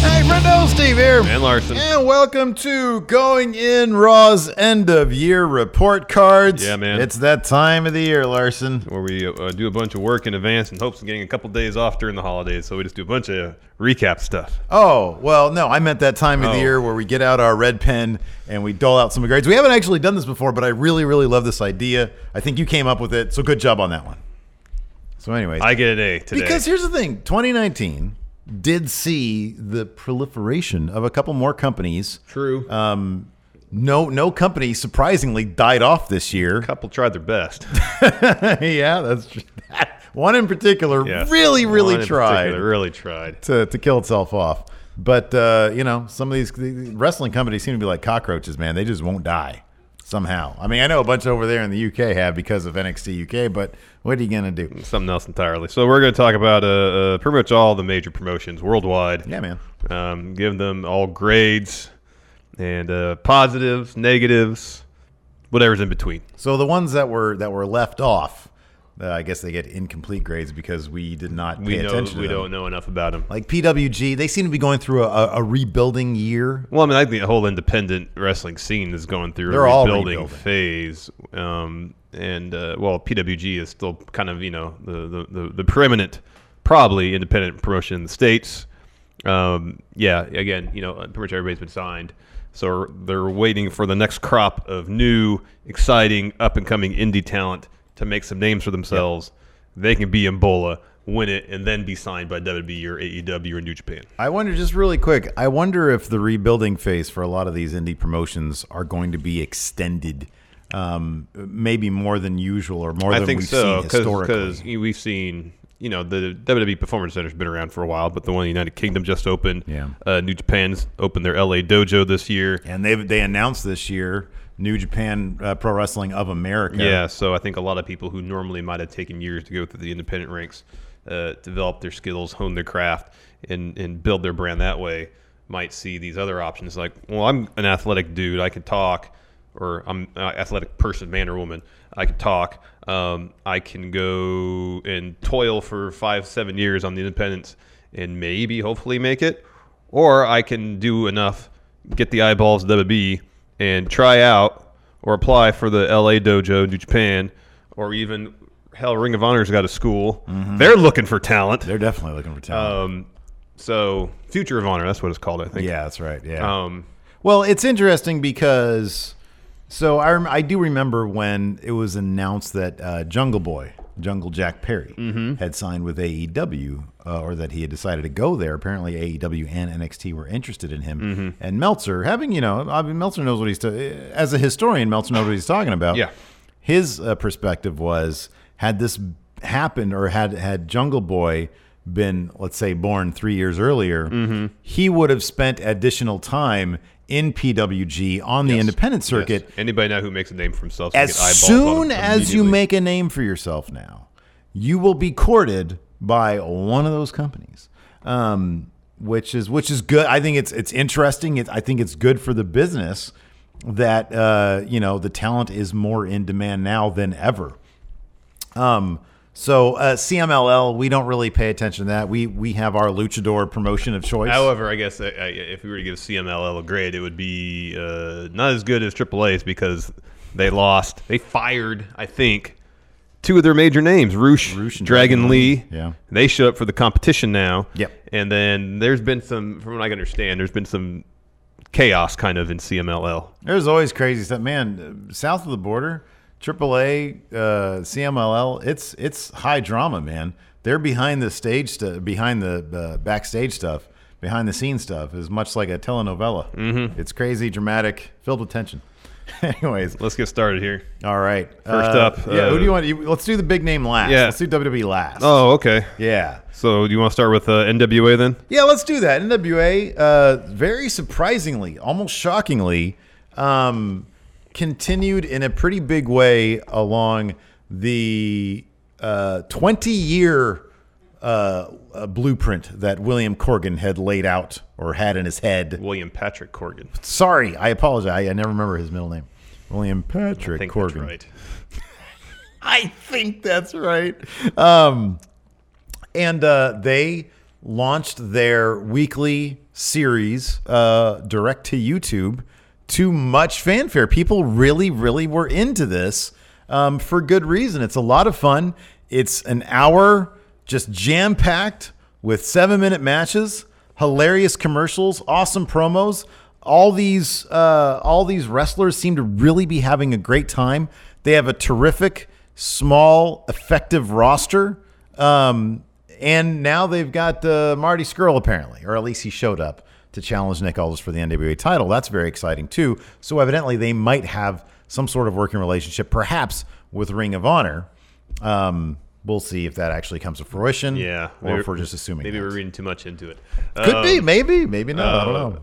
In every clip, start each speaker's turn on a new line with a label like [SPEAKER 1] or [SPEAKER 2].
[SPEAKER 1] Hey, friendo, Steve here.
[SPEAKER 2] And Larson.
[SPEAKER 1] And welcome to Going In Raw's end of year report cards.
[SPEAKER 2] Yeah, man.
[SPEAKER 1] It's that time of the year, Larson.
[SPEAKER 2] Where we uh, do a bunch of work in advance in hopes of getting a couple days off during the holidays. So we just do a bunch of recap stuff.
[SPEAKER 1] Oh, well, no, I meant that time of
[SPEAKER 2] Oh.
[SPEAKER 1] the year where we get out our red pen and we dole out some grades. We haven't actually done this before, but I really, really love this idea. I think you came up with it, so good job on that one. So, anyways,
[SPEAKER 2] I get an A today.
[SPEAKER 1] because here's the thing 2019 did see the proliferation of a couple more companies.
[SPEAKER 2] True. A
[SPEAKER 1] Um, no, no company surprisingly died off this year.
[SPEAKER 2] couple tried their best.
[SPEAKER 1] yeah, that's true. one in particular
[SPEAKER 2] Yeah.
[SPEAKER 1] really, really
[SPEAKER 2] One in
[SPEAKER 1] tried
[SPEAKER 2] particular Really tried.
[SPEAKER 1] to, to kill itself off. But uh, you know, some of these the wrestling companies seem to be like cockroaches, man. They just won't die somehow. I mean, I know a bunch over there in the UK have because of NXT UK, but what are you gonna do?
[SPEAKER 2] Something else entirely. So we're going to talk about uh, uh, pretty much all the major promotions worldwide.
[SPEAKER 1] Yeah, man.
[SPEAKER 2] Um, give them all grades and uh, positives, negatives, whatever's in between.
[SPEAKER 1] So the ones that were that were left off, uh, I guess they get incomplete grades because we did not pay
[SPEAKER 2] We know
[SPEAKER 1] attention.
[SPEAKER 2] we
[SPEAKER 1] to them.
[SPEAKER 2] don't know enough about them.
[SPEAKER 1] Like PWG, they seem to be going through a, a, a rebuilding year.
[SPEAKER 2] Well, I mean, I think the whole independent wrestling scene is going through
[SPEAKER 1] They're
[SPEAKER 2] a
[SPEAKER 1] all
[SPEAKER 2] rebuilding,
[SPEAKER 1] rebuilding.
[SPEAKER 2] phase. Um, and uh, well, PWG is still kind of you know the the, the, the preeminent, probably independent promotion in the states. Um, yeah, again, you know, pretty much everybody's been signed, so they're waiting for the next crop of new, exciting, up and coming indie talent to make some names for themselves. They can be Embola, win it, and then be signed by WWE or AEW or New Japan.
[SPEAKER 1] I wonder, just really quick, I wonder if the rebuilding phase for a lot of these indie promotions are going to be extended, um, maybe more than usual or more
[SPEAKER 2] I
[SPEAKER 1] than
[SPEAKER 2] think
[SPEAKER 1] we've
[SPEAKER 2] so
[SPEAKER 1] seen historically.
[SPEAKER 2] because we've seen you know the WWE Performance Center's been around for a while, but the one in the United Kingdom just opened.
[SPEAKER 1] Yeah.
[SPEAKER 2] uh, New Japan's opened their LA dojo this year.
[SPEAKER 1] and they they announced this year New Japan uh, Pro Wrestling of America.
[SPEAKER 2] Yeah. so I think a lot of people who normally might have taken years to go through the independent ranks, uh, develop their skills, hone their craft, and and build their brand that way, might see these other options like, well, I'm an athletic dude, I can talk, or I'm an athletic person, man or woman, I can talk. Um, I can go and toil for five, seven years on the independents, and maybe, hopefully, make it, or I can do enough, get the eyeballs of WWE, and try out or apply for the LA Dojo, New Japan, or even hell, Ring of Honor's got a school.
[SPEAKER 1] Mm-hmm.
[SPEAKER 2] They're looking for talent.
[SPEAKER 1] they're definitely looking for talent.
[SPEAKER 2] Um, so Future of Honor, that's what it's called, I think.
[SPEAKER 1] yeah, that's right. Yeah.
[SPEAKER 2] Um,
[SPEAKER 1] Well, it's interesting because so I rem- I do remember when it was announced that uh, Jungle Boy Jungle Jack Perry
[SPEAKER 2] Mm-hmm.
[SPEAKER 1] had signed with AEW uh, or that he had decided to go there. Apparently, AEW and NXT were interested in him.
[SPEAKER 2] Mm-hmm.
[SPEAKER 1] And Meltzer, having you know, I mean, Meltzer knows what he's ta- as a historian. Meltzer knows what he's talking about.
[SPEAKER 2] Yeah.
[SPEAKER 1] His uh, perspective was had this happened or had had Jungle Boy been let's say born 3 years earlier, he would have spent additional time in PWG on the independent circuit
[SPEAKER 2] yes. Anybody now who makes a name for himself,
[SPEAKER 1] as soon as you
[SPEAKER 2] make.
[SPEAKER 1] make a name for yourself now, you will be courted by one of those companies. Um, which is which is good. I think it's it's interesting. It's I think it's good for the business that uh, you know the talent is more in demand now than ever. Um, so uh, CMLL, we don't really pay attention to that. We we have our luchador promotion of choice.
[SPEAKER 2] However, I guess uh, I- if we were to give CMLL a grade, it would be uh, not as good as AAA's because they lost. They fired, I think, two of their major names, Roosh,
[SPEAKER 1] and
[SPEAKER 2] Dragon,
[SPEAKER 1] Dragon
[SPEAKER 2] Lee.
[SPEAKER 1] Lee, yeah.
[SPEAKER 2] They show up for the competition now.
[SPEAKER 1] Yep.
[SPEAKER 2] And then there's been some, from what I can understand, there's been some chaos kind of in CMLL.
[SPEAKER 1] There's always crazy stuff, man. uh, South of the border, AAA, uh, CMLL, it's it's high drama, man. They're behind the stage, stu behind the uh, backstage stuff, behind the scenes stuff is much like a telenovela. Mm-hmm. It's crazy, dramatic, filled with tension. Anyways,
[SPEAKER 2] Let's get started here.
[SPEAKER 1] all right.
[SPEAKER 2] First
[SPEAKER 1] Uh,
[SPEAKER 2] up,
[SPEAKER 1] yeah.
[SPEAKER 2] uh,
[SPEAKER 1] who do you want? You, let's do the big name last.
[SPEAKER 2] Yeah.
[SPEAKER 1] Let's do WWE last.
[SPEAKER 2] Oh, okay.
[SPEAKER 1] yeah.
[SPEAKER 2] So do you want to start with uh, NWA then?
[SPEAKER 1] Yeah, let's do that. NWA, uh, very surprisingly, almost shockingly, um, continued in a pretty big way along the uh, 20 year uh, uh, blueprint that William Corgan had laid out or had in his head.
[SPEAKER 2] William Patrick Corgan.
[SPEAKER 1] Sorry, I apologize. I never remember his middle name. William Patrick
[SPEAKER 2] I think
[SPEAKER 1] Corgan.
[SPEAKER 2] that's right.
[SPEAKER 1] I think that's right. Um, and uh, they launched their weekly series uh, direct to YouTube to much fanfare. People really, really were into this um, for good reason. It's a lot of fun. It's an hour just jam packed with seven minute matches, hilarious commercials, awesome promos. All these uh, all these wrestlers seem to really be having a great time. They have a terrific, small, effective roster. Um, and now they've got uh, Marty Skrull apparently, or at least he showed up to challenge Nick Aldis for the NWA title. That's very exciting too. So evidently they might have some sort of working relationship, perhaps with Ring of Honor. Um, we'll see if that actually comes to fruition.
[SPEAKER 2] Yeah.
[SPEAKER 1] or if we're just assuming.
[SPEAKER 2] Maybe
[SPEAKER 1] that.
[SPEAKER 2] we're um, uh, reading too much into it.
[SPEAKER 1] Could be, maybe, maybe not. I don't know.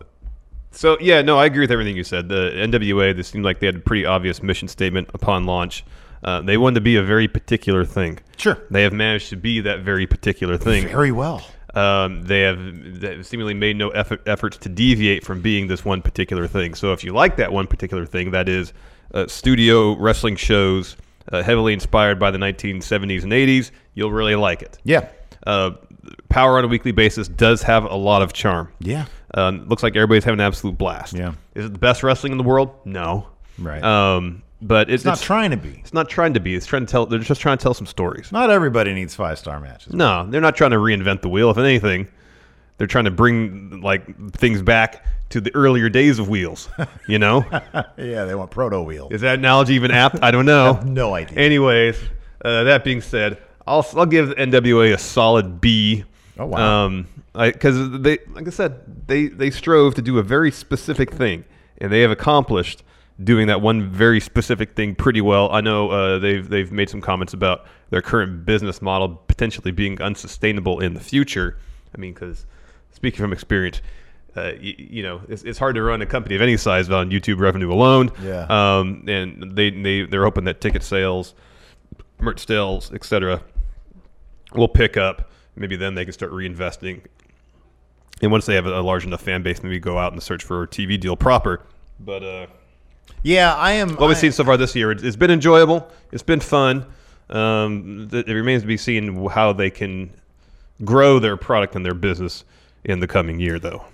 [SPEAKER 2] So yeah, no, I agree with everything you said. The NWA, this seemed like they had a pretty obvious mission statement upon launch. Uh, they wanted to be a very particular thing.
[SPEAKER 1] Sure.
[SPEAKER 2] They have managed to be that very particular thing.
[SPEAKER 1] Very well.
[SPEAKER 2] Um, they have they have seemingly made no effort, efforts to deviate from being this one particular thing. So if you like that one particular thing, that is uh, studio wrestling shows uh, heavily inspired by the 1970s and 80s, you'll really like it.
[SPEAKER 1] Yeah.
[SPEAKER 2] Uh, power on a weekly basis does have a lot of charm.
[SPEAKER 1] Yeah.
[SPEAKER 2] Um, looks like everybody's having an absolute blast.
[SPEAKER 1] Yeah.
[SPEAKER 2] Is it the best wrestling in the world? No.
[SPEAKER 1] Right.
[SPEAKER 2] Um, but
[SPEAKER 1] It's
[SPEAKER 2] it's,
[SPEAKER 1] not trying to be.
[SPEAKER 2] It's not trying to be. It's trying to tell. They're just trying to tell some stories.
[SPEAKER 1] Not everybody needs five star matches.
[SPEAKER 2] No, they're not trying to reinvent the wheel. If anything, they're trying to bring like things back to the earlier days of wheels. You know,
[SPEAKER 1] Yeah, they want proto wheel.
[SPEAKER 2] is that analogy even apt? I don't know.
[SPEAKER 1] no idea.
[SPEAKER 2] Anyways, uh, that being said, I'll I'll give NWA a solid B.
[SPEAKER 1] Oh, wow.
[SPEAKER 2] Um, because they like I said, they they strove to do a very specific thing, and they have accomplished doing that one very specific thing pretty well. I know uh, they've they've made some comments about their current business model potentially being unsustainable in the future. I mean, because speaking from experience. Uh, you, you know, it's, it's hard to run a company of any size on YouTube revenue alone.
[SPEAKER 1] Yeah.
[SPEAKER 2] Um, and they, they they're hoping that ticket sales, merch sales, etc., will pick up. Maybe then they can start reinvesting. And once they have a, a large enough fan base, maybe go out and search for a TV deal proper. But uh,
[SPEAKER 1] Yeah, I am.
[SPEAKER 2] what
[SPEAKER 1] I,
[SPEAKER 2] we've seen so far this year, it's, it's been enjoyable. It's been fun. Um, th- it remains to be seen how they can grow their product and their business in the coming year, though.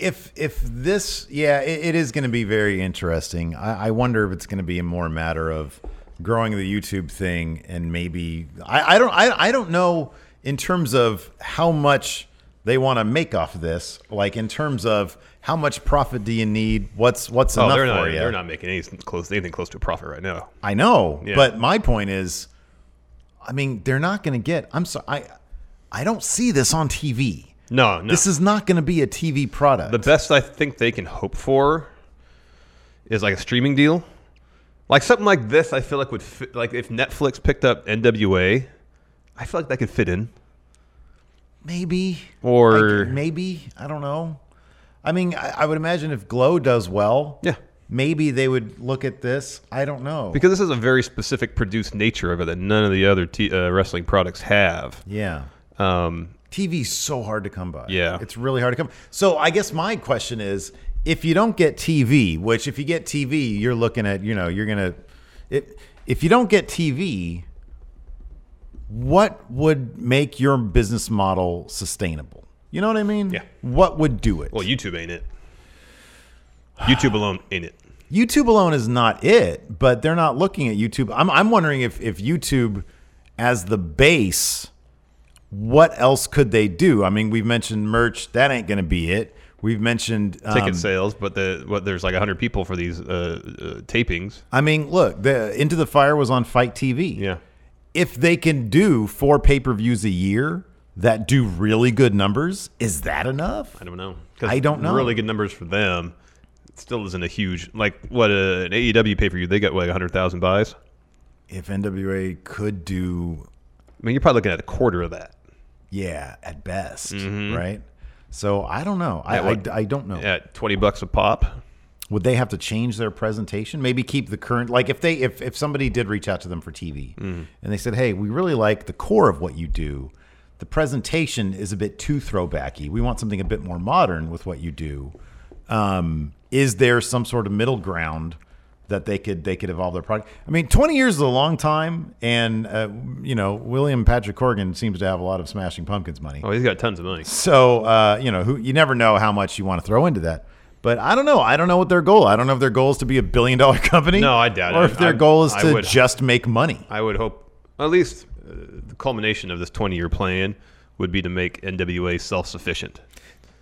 [SPEAKER 1] if if this yeah it, it is going to be very interesting I, I wonder if it's going to be a more matter of growing the youtube thing and maybe i, I don't I, I don't know in terms of how much they want to make off of this like in terms of how much profit do you need what's what's
[SPEAKER 2] Oh,
[SPEAKER 1] enough
[SPEAKER 2] they're
[SPEAKER 1] for
[SPEAKER 2] not.
[SPEAKER 1] you
[SPEAKER 2] They're not making anything close, anything close to a profit right now.
[SPEAKER 1] I know,
[SPEAKER 2] Yeah.
[SPEAKER 1] but my point is, I mean, they're not going to get. I'm sorry, I, I don't see this on TV.
[SPEAKER 2] No, no.
[SPEAKER 1] This is not going to be a TV product.
[SPEAKER 2] The best I think they can hope for is like a streaming deal, like something like this. I feel like would fit, like if Netflix picked up NWA, I feel like that could fit in.
[SPEAKER 1] maybe
[SPEAKER 2] Or-
[SPEAKER 1] Like, maybe I don't know. I mean, I, I would imagine if Glow does well,
[SPEAKER 2] Yeah.
[SPEAKER 1] maybe they would look at this. I don't know.
[SPEAKER 2] because this is a very specific produced nature of it that none of the other t- uh, wrestling products have.
[SPEAKER 1] yeah,
[SPEAKER 2] Um,
[SPEAKER 1] TV's so hard to come by.
[SPEAKER 2] Yeah.
[SPEAKER 1] It's really hard to come. So I guess my question is if you don't get TV, which if you get TV, you're looking at, you know, you're going to if if you don't get TV, what would make your business model sustainable? You know what I mean?
[SPEAKER 2] Yeah.
[SPEAKER 1] What would do it?
[SPEAKER 2] well, YouTube ain't it. YouTube alone ain't it.
[SPEAKER 1] YouTube alone is not it, but they're not looking at YouTube. I'm, I'm wondering if, if YouTube as the base, what else could they do? I mean, we've mentioned merch. That ain't going to be it. We've mentioned um,
[SPEAKER 2] Ticket sales, but the what there's like hundred people for these uh, uh, tapings.
[SPEAKER 1] I mean, look, the Into the Fire was on Fight TV.
[SPEAKER 2] Yeah.
[SPEAKER 1] If they can do four pay per views a year that do really good numbers, is that enough?
[SPEAKER 2] I don't know. 'Cause
[SPEAKER 1] I don't know.
[SPEAKER 2] Really good numbers for them. still isn't a huge like what uh, an AEW pay per view. They got what, like hundred thousand buys.
[SPEAKER 1] If NWA could do,
[SPEAKER 2] I mean, you're probably looking at a quarter of that.
[SPEAKER 1] yeah, at best, right? So I don't know. I,
[SPEAKER 2] At what-
[SPEAKER 1] I, I don't know.
[SPEAKER 2] At twenty bucks a pop,
[SPEAKER 1] Would they have to change their presentation? Maybe keep the current. Like if they if if somebody did reach out to them for TV and they said, "Hey, we really like the core of what you do. The presentation is a bit too throwbacky. We want something a bit more modern with what you do." Um, is there some sort of middle ground that they could they could evolve their product? I mean, twenty years is a long time, and uh, you know William Patrick Corgan seems to have a lot of Smashing Pumpkins money.
[SPEAKER 2] oh, he's got tons of money.
[SPEAKER 1] So uh, you know, who you never know how much you want to throw into that. But I don't know. I don't know what their goal. I don't know if their goal is to be a billion dollar company.
[SPEAKER 2] No, I doubt
[SPEAKER 1] or
[SPEAKER 2] it.
[SPEAKER 1] if their
[SPEAKER 2] I-
[SPEAKER 1] goal is
[SPEAKER 2] I
[SPEAKER 1] to
[SPEAKER 2] would-
[SPEAKER 1] just make money.
[SPEAKER 2] I would hope at least uh, the culmination of this 20 year plan would be to make NWA self sufficient.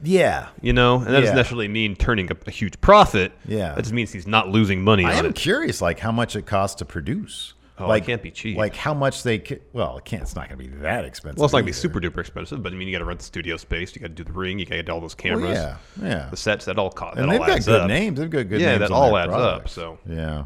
[SPEAKER 1] Yeah.
[SPEAKER 2] You know, and that
[SPEAKER 1] Yeah.
[SPEAKER 2] doesn't necessarily mean turning a, a huge profit.
[SPEAKER 1] Yeah.
[SPEAKER 2] that just means he's not losing money
[SPEAKER 1] I
[SPEAKER 2] on
[SPEAKER 1] am
[SPEAKER 2] it.
[SPEAKER 1] curious, like how much it costs to produce.
[SPEAKER 2] Oh, it
[SPEAKER 1] like
[SPEAKER 2] can't be cheap.
[SPEAKER 1] Like how much they ca- well, it can't. It's not going to be that expensive.
[SPEAKER 2] Well, it's not gonna be
[SPEAKER 1] either.
[SPEAKER 2] super duper expensive, but I mean, you got to rent the studio space, you got to do the ring, you got to get all those
[SPEAKER 1] Well,
[SPEAKER 2] cameras,
[SPEAKER 1] Oh, yeah, yeah.
[SPEAKER 2] the sets. That all cost.
[SPEAKER 1] And
[SPEAKER 2] that
[SPEAKER 1] they've
[SPEAKER 2] all
[SPEAKER 1] got
[SPEAKER 2] adds
[SPEAKER 1] good
[SPEAKER 2] up.
[SPEAKER 1] names. They've got good
[SPEAKER 2] Yeah,
[SPEAKER 1] names.
[SPEAKER 2] that
[SPEAKER 1] on their
[SPEAKER 2] all adds up,
[SPEAKER 1] products.
[SPEAKER 2] so.
[SPEAKER 1] yeah.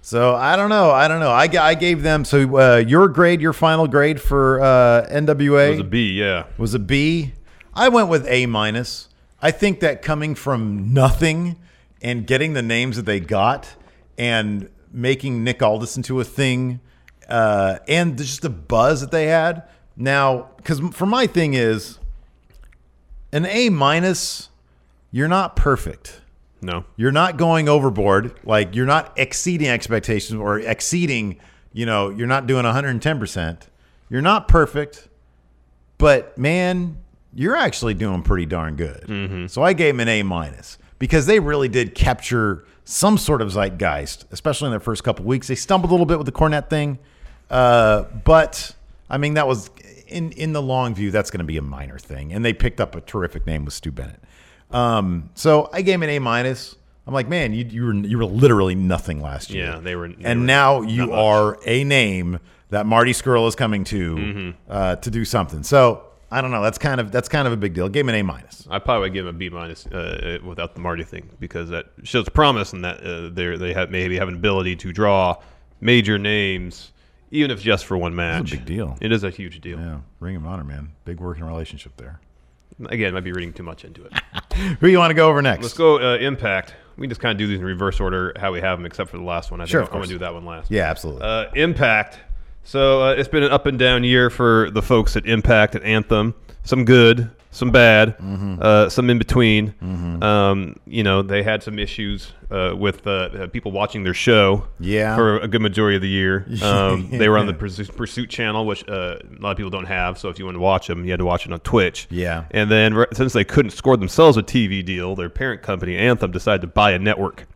[SPEAKER 1] So I don't know. I don't know. I, g- I gave them so uh, your grade, your final grade for uh, NWA
[SPEAKER 2] It was a B, yeah.
[SPEAKER 1] was a B. I went with A minus. I think that coming from nothing and getting the names that they got and making Nick Aldis into a thing uh, and just the buzz that they had. Now, because for my thing is an A minus, you're not perfect.
[SPEAKER 2] No,
[SPEAKER 1] You're not going overboard. Like you're not exceeding expectations or exceeding, you know, you're not doing 110%. You're not perfect, but man, you're actually doing pretty darn good. So I gave them an A minus because they really did capture some sort of zeitgeist, especially in their first couple weeks. They stumbled a little bit with the cornet thing. Uh, but I mean, that was in, in the long view, that's going to be a minor thing. And they picked up a terrific name with Stu Bennett. Um, so I gave him an A minus. I'm like, man, you, you were you were literally nothing last year.
[SPEAKER 2] Yeah, they were- they
[SPEAKER 1] and
[SPEAKER 2] were
[SPEAKER 1] now you
[SPEAKER 2] not much.
[SPEAKER 1] are a name that Marty Skrull is coming to
[SPEAKER 2] Mm-hmm.
[SPEAKER 1] uh, to do something. So I don't know. That's kind of that's kind of a big deal. Gave him an A minus.
[SPEAKER 2] I probably would give him a B minus uh, uh, without the Marty thing because that shows promise and that uh, they they have maybe have an ability to draw major names even if just for one match.
[SPEAKER 1] big deal.
[SPEAKER 2] It is a huge deal.
[SPEAKER 1] Yeah, Ring of Honor, man. Big working relationship there.
[SPEAKER 2] Again, might be reading too much into it.
[SPEAKER 1] Who you want to go over next?
[SPEAKER 2] Let's go uh, Impact. We just kind of do these in reverse order how we have them, except for the last one. I
[SPEAKER 1] Sure, of
[SPEAKER 2] think I'm going
[SPEAKER 1] course.
[SPEAKER 2] to do that one last.
[SPEAKER 1] Yeah, absolutely.
[SPEAKER 2] Uh, Impact. So uh, it's been an up and down year for the folks at Impact at Anthem. Some good, some bad,
[SPEAKER 1] Mm-hmm.
[SPEAKER 2] uh, some in between. Um, you know, they had some issues uh, with uh, uh, people watching their show.
[SPEAKER 1] Yeah.
[SPEAKER 2] For a good majority of the year, um, they were on the
[SPEAKER 1] Yeah.
[SPEAKER 2] Pursuit, Pursuit channel, which uh, a lot of people don't have. So if you wanted to watch them, you had to watch it on Twitch.
[SPEAKER 1] Yeah.
[SPEAKER 2] And then re- since they couldn't score themselves a TV deal, their parent company Anthem decided to buy a network.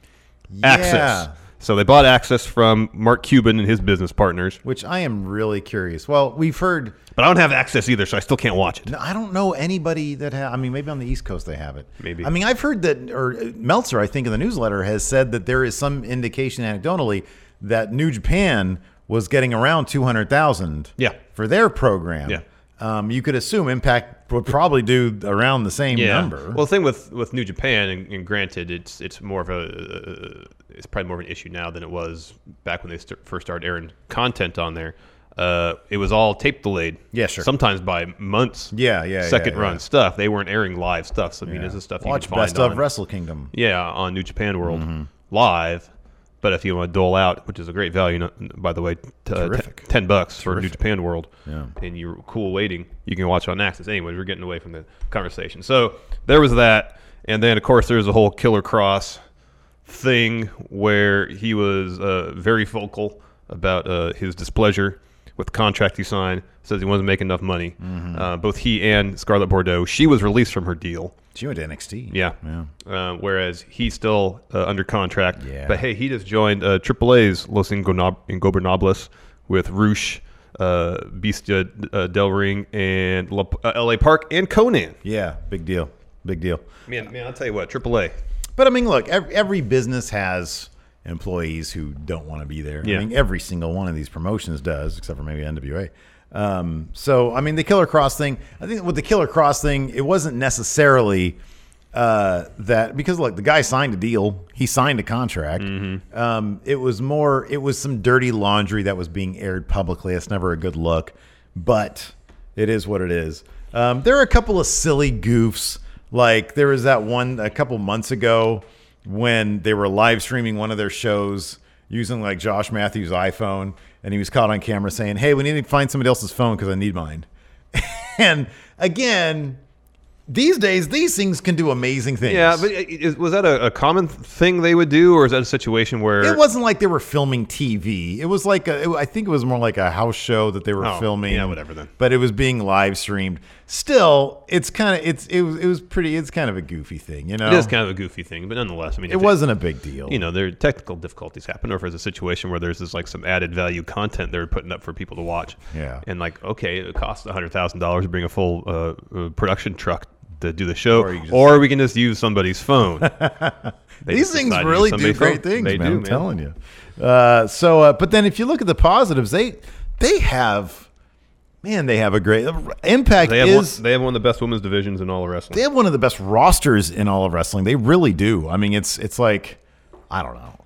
[SPEAKER 2] Access.
[SPEAKER 1] Yeah.
[SPEAKER 2] So they bought Access from Mark Cuban and his business partners,
[SPEAKER 1] Which I am really curious. Well, we've heard.
[SPEAKER 2] but I don't have Access either, so I still can't watch it.
[SPEAKER 1] No, I don't know anybody that ha I mean, maybe on the East Coast they have it.
[SPEAKER 2] Maybe.
[SPEAKER 1] I mean, I've heard that, or uh, Meltzer, I think, in the newsletter has said that there is some indication anecdotally that New Japan was getting around 200,000
[SPEAKER 2] Yeah.
[SPEAKER 1] for their program.
[SPEAKER 2] Yeah.
[SPEAKER 1] Um, you could assume Impact would probably do around the same number.
[SPEAKER 2] Well, the thing with, with New Japan, and, and granted, it's it's more of a uh, it's probably more of an issue now than it was back when they st- first started airing content on there. Uh, it was all tape delayed.
[SPEAKER 1] Yeah, sure.
[SPEAKER 2] Sometimes by months.
[SPEAKER 1] Yeah, yeah, yeah,
[SPEAKER 2] Second
[SPEAKER 1] yeah.
[SPEAKER 2] run stuff. They weren't airing live stuff. So I mean,
[SPEAKER 1] Yeah.
[SPEAKER 2] this is stuff
[SPEAKER 1] Watch
[SPEAKER 2] you can find
[SPEAKER 1] Best of
[SPEAKER 2] on-
[SPEAKER 1] Wrestle Kingdom.
[SPEAKER 2] Yeah, on New Japan World
[SPEAKER 1] Mm-hmm.
[SPEAKER 2] live. But if you want to dole out, which is a great value, no- by the way, t- uh, t-
[SPEAKER 1] Terrific.
[SPEAKER 2] ten bucks for New Japan World, and you're cool waiting, you can watch on Access. Anyways, we're getting away from the conversation. So there was that, and then of course there's a whole Killer Cross thing where he was uh, very vocal about uh, his displeasure with the contract he signed. Says he wasn't making enough money.
[SPEAKER 1] Mm-hmm.
[SPEAKER 2] Uh, both he and Scarlett Bordeaux, she was released from her deal.
[SPEAKER 1] She went to NXT.
[SPEAKER 2] Yeah. Uh, whereas he's still uh, under contract.
[SPEAKER 1] Yeah.
[SPEAKER 2] But hey, he just joined uh, AAA's Los Ingonob- Ingobernables with Roosh, uh, Bestia uh, Del Ring, and La- uh, LA Park, and Conan.
[SPEAKER 1] Yeah. Big deal. Big deal.
[SPEAKER 2] Man, man, I'll tell you what, AAA.
[SPEAKER 1] But I mean, look, every, every business has employees who don't want to be there.
[SPEAKER 2] Yeah.
[SPEAKER 1] I mean, every single one of these promotions does, except for maybe NWA. Um, so, I mean, the Killer Cross thing, I think with the Killer Cross thing, it wasn't necessarily uh, that because look, the guy signed a deal, he signed a contract. Um, it was more, it was some dirty laundry that was being aired publicly. It's never a good look, but it is what it is. Um, there are a couple of silly goofs. Like there was that one a couple months ago when they were live streaming one of their shows using like Josh Matthews' iPhone, and he was caught on camera saying, "Hey, we need to find somebody else's phone because I need mine." and again, these days, these things can do amazing things.
[SPEAKER 2] Yeah, but i- is, was that a, a common thing they would do, or is that a situation where
[SPEAKER 1] it wasn't like they were filming TV. It was like a, it- I think it was more like a house show that they were
[SPEAKER 2] Oh,
[SPEAKER 1] filming.
[SPEAKER 2] yeah, whatever then.
[SPEAKER 1] But it was being live streamed. Still, it's kind of it's it was it was pretty. It's kind of a goofy thing, you know.
[SPEAKER 2] it is kind of a goofy thing? But nonetheless, I mean,
[SPEAKER 1] It
[SPEAKER 2] if
[SPEAKER 1] wasn't a big deal.
[SPEAKER 2] You know, there technical difficulties happen, or if there's a situation where there's this like some added value content they're putting up for people to watch.
[SPEAKER 1] Yeah.
[SPEAKER 2] And like, okay, it costs hundred thousand dollars to bring a full uh, uh, production truck to do the show,
[SPEAKER 1] Or
[SPEAKER 2] or,
[SPEAKER 1] you just-
[SPEAKER 2] we can just use somebody's phone. They
[SPEAKER 1] These
[SPEAKER 2] just
[SPEAKER 1] things
[SPEAKER 2] decide to use
[SPEAKER 1] really do
[SPEAKER 2] somebody's
[SPEAKER 1] great
[SPEAKER 2] phone.
[SPEAKER 1] things,
[SPEAKER 2] They
[SPEAKER 1] man.
[SPEAKER 2] do,
[SPEAKER 1] I'm telling you. Uh, so, uh, but then if you look at the positives, they they have, man, they have a great impact.
[SPEAKER 2] They have,
[SPEAKER 1] is
[SPEAKER 2] one, they have one of the best women's divisions in all of wrestling.
[SPEAKER 1] they have one of the best rosters in all of wrestling. They really do. I mean, it's it's like I don't know.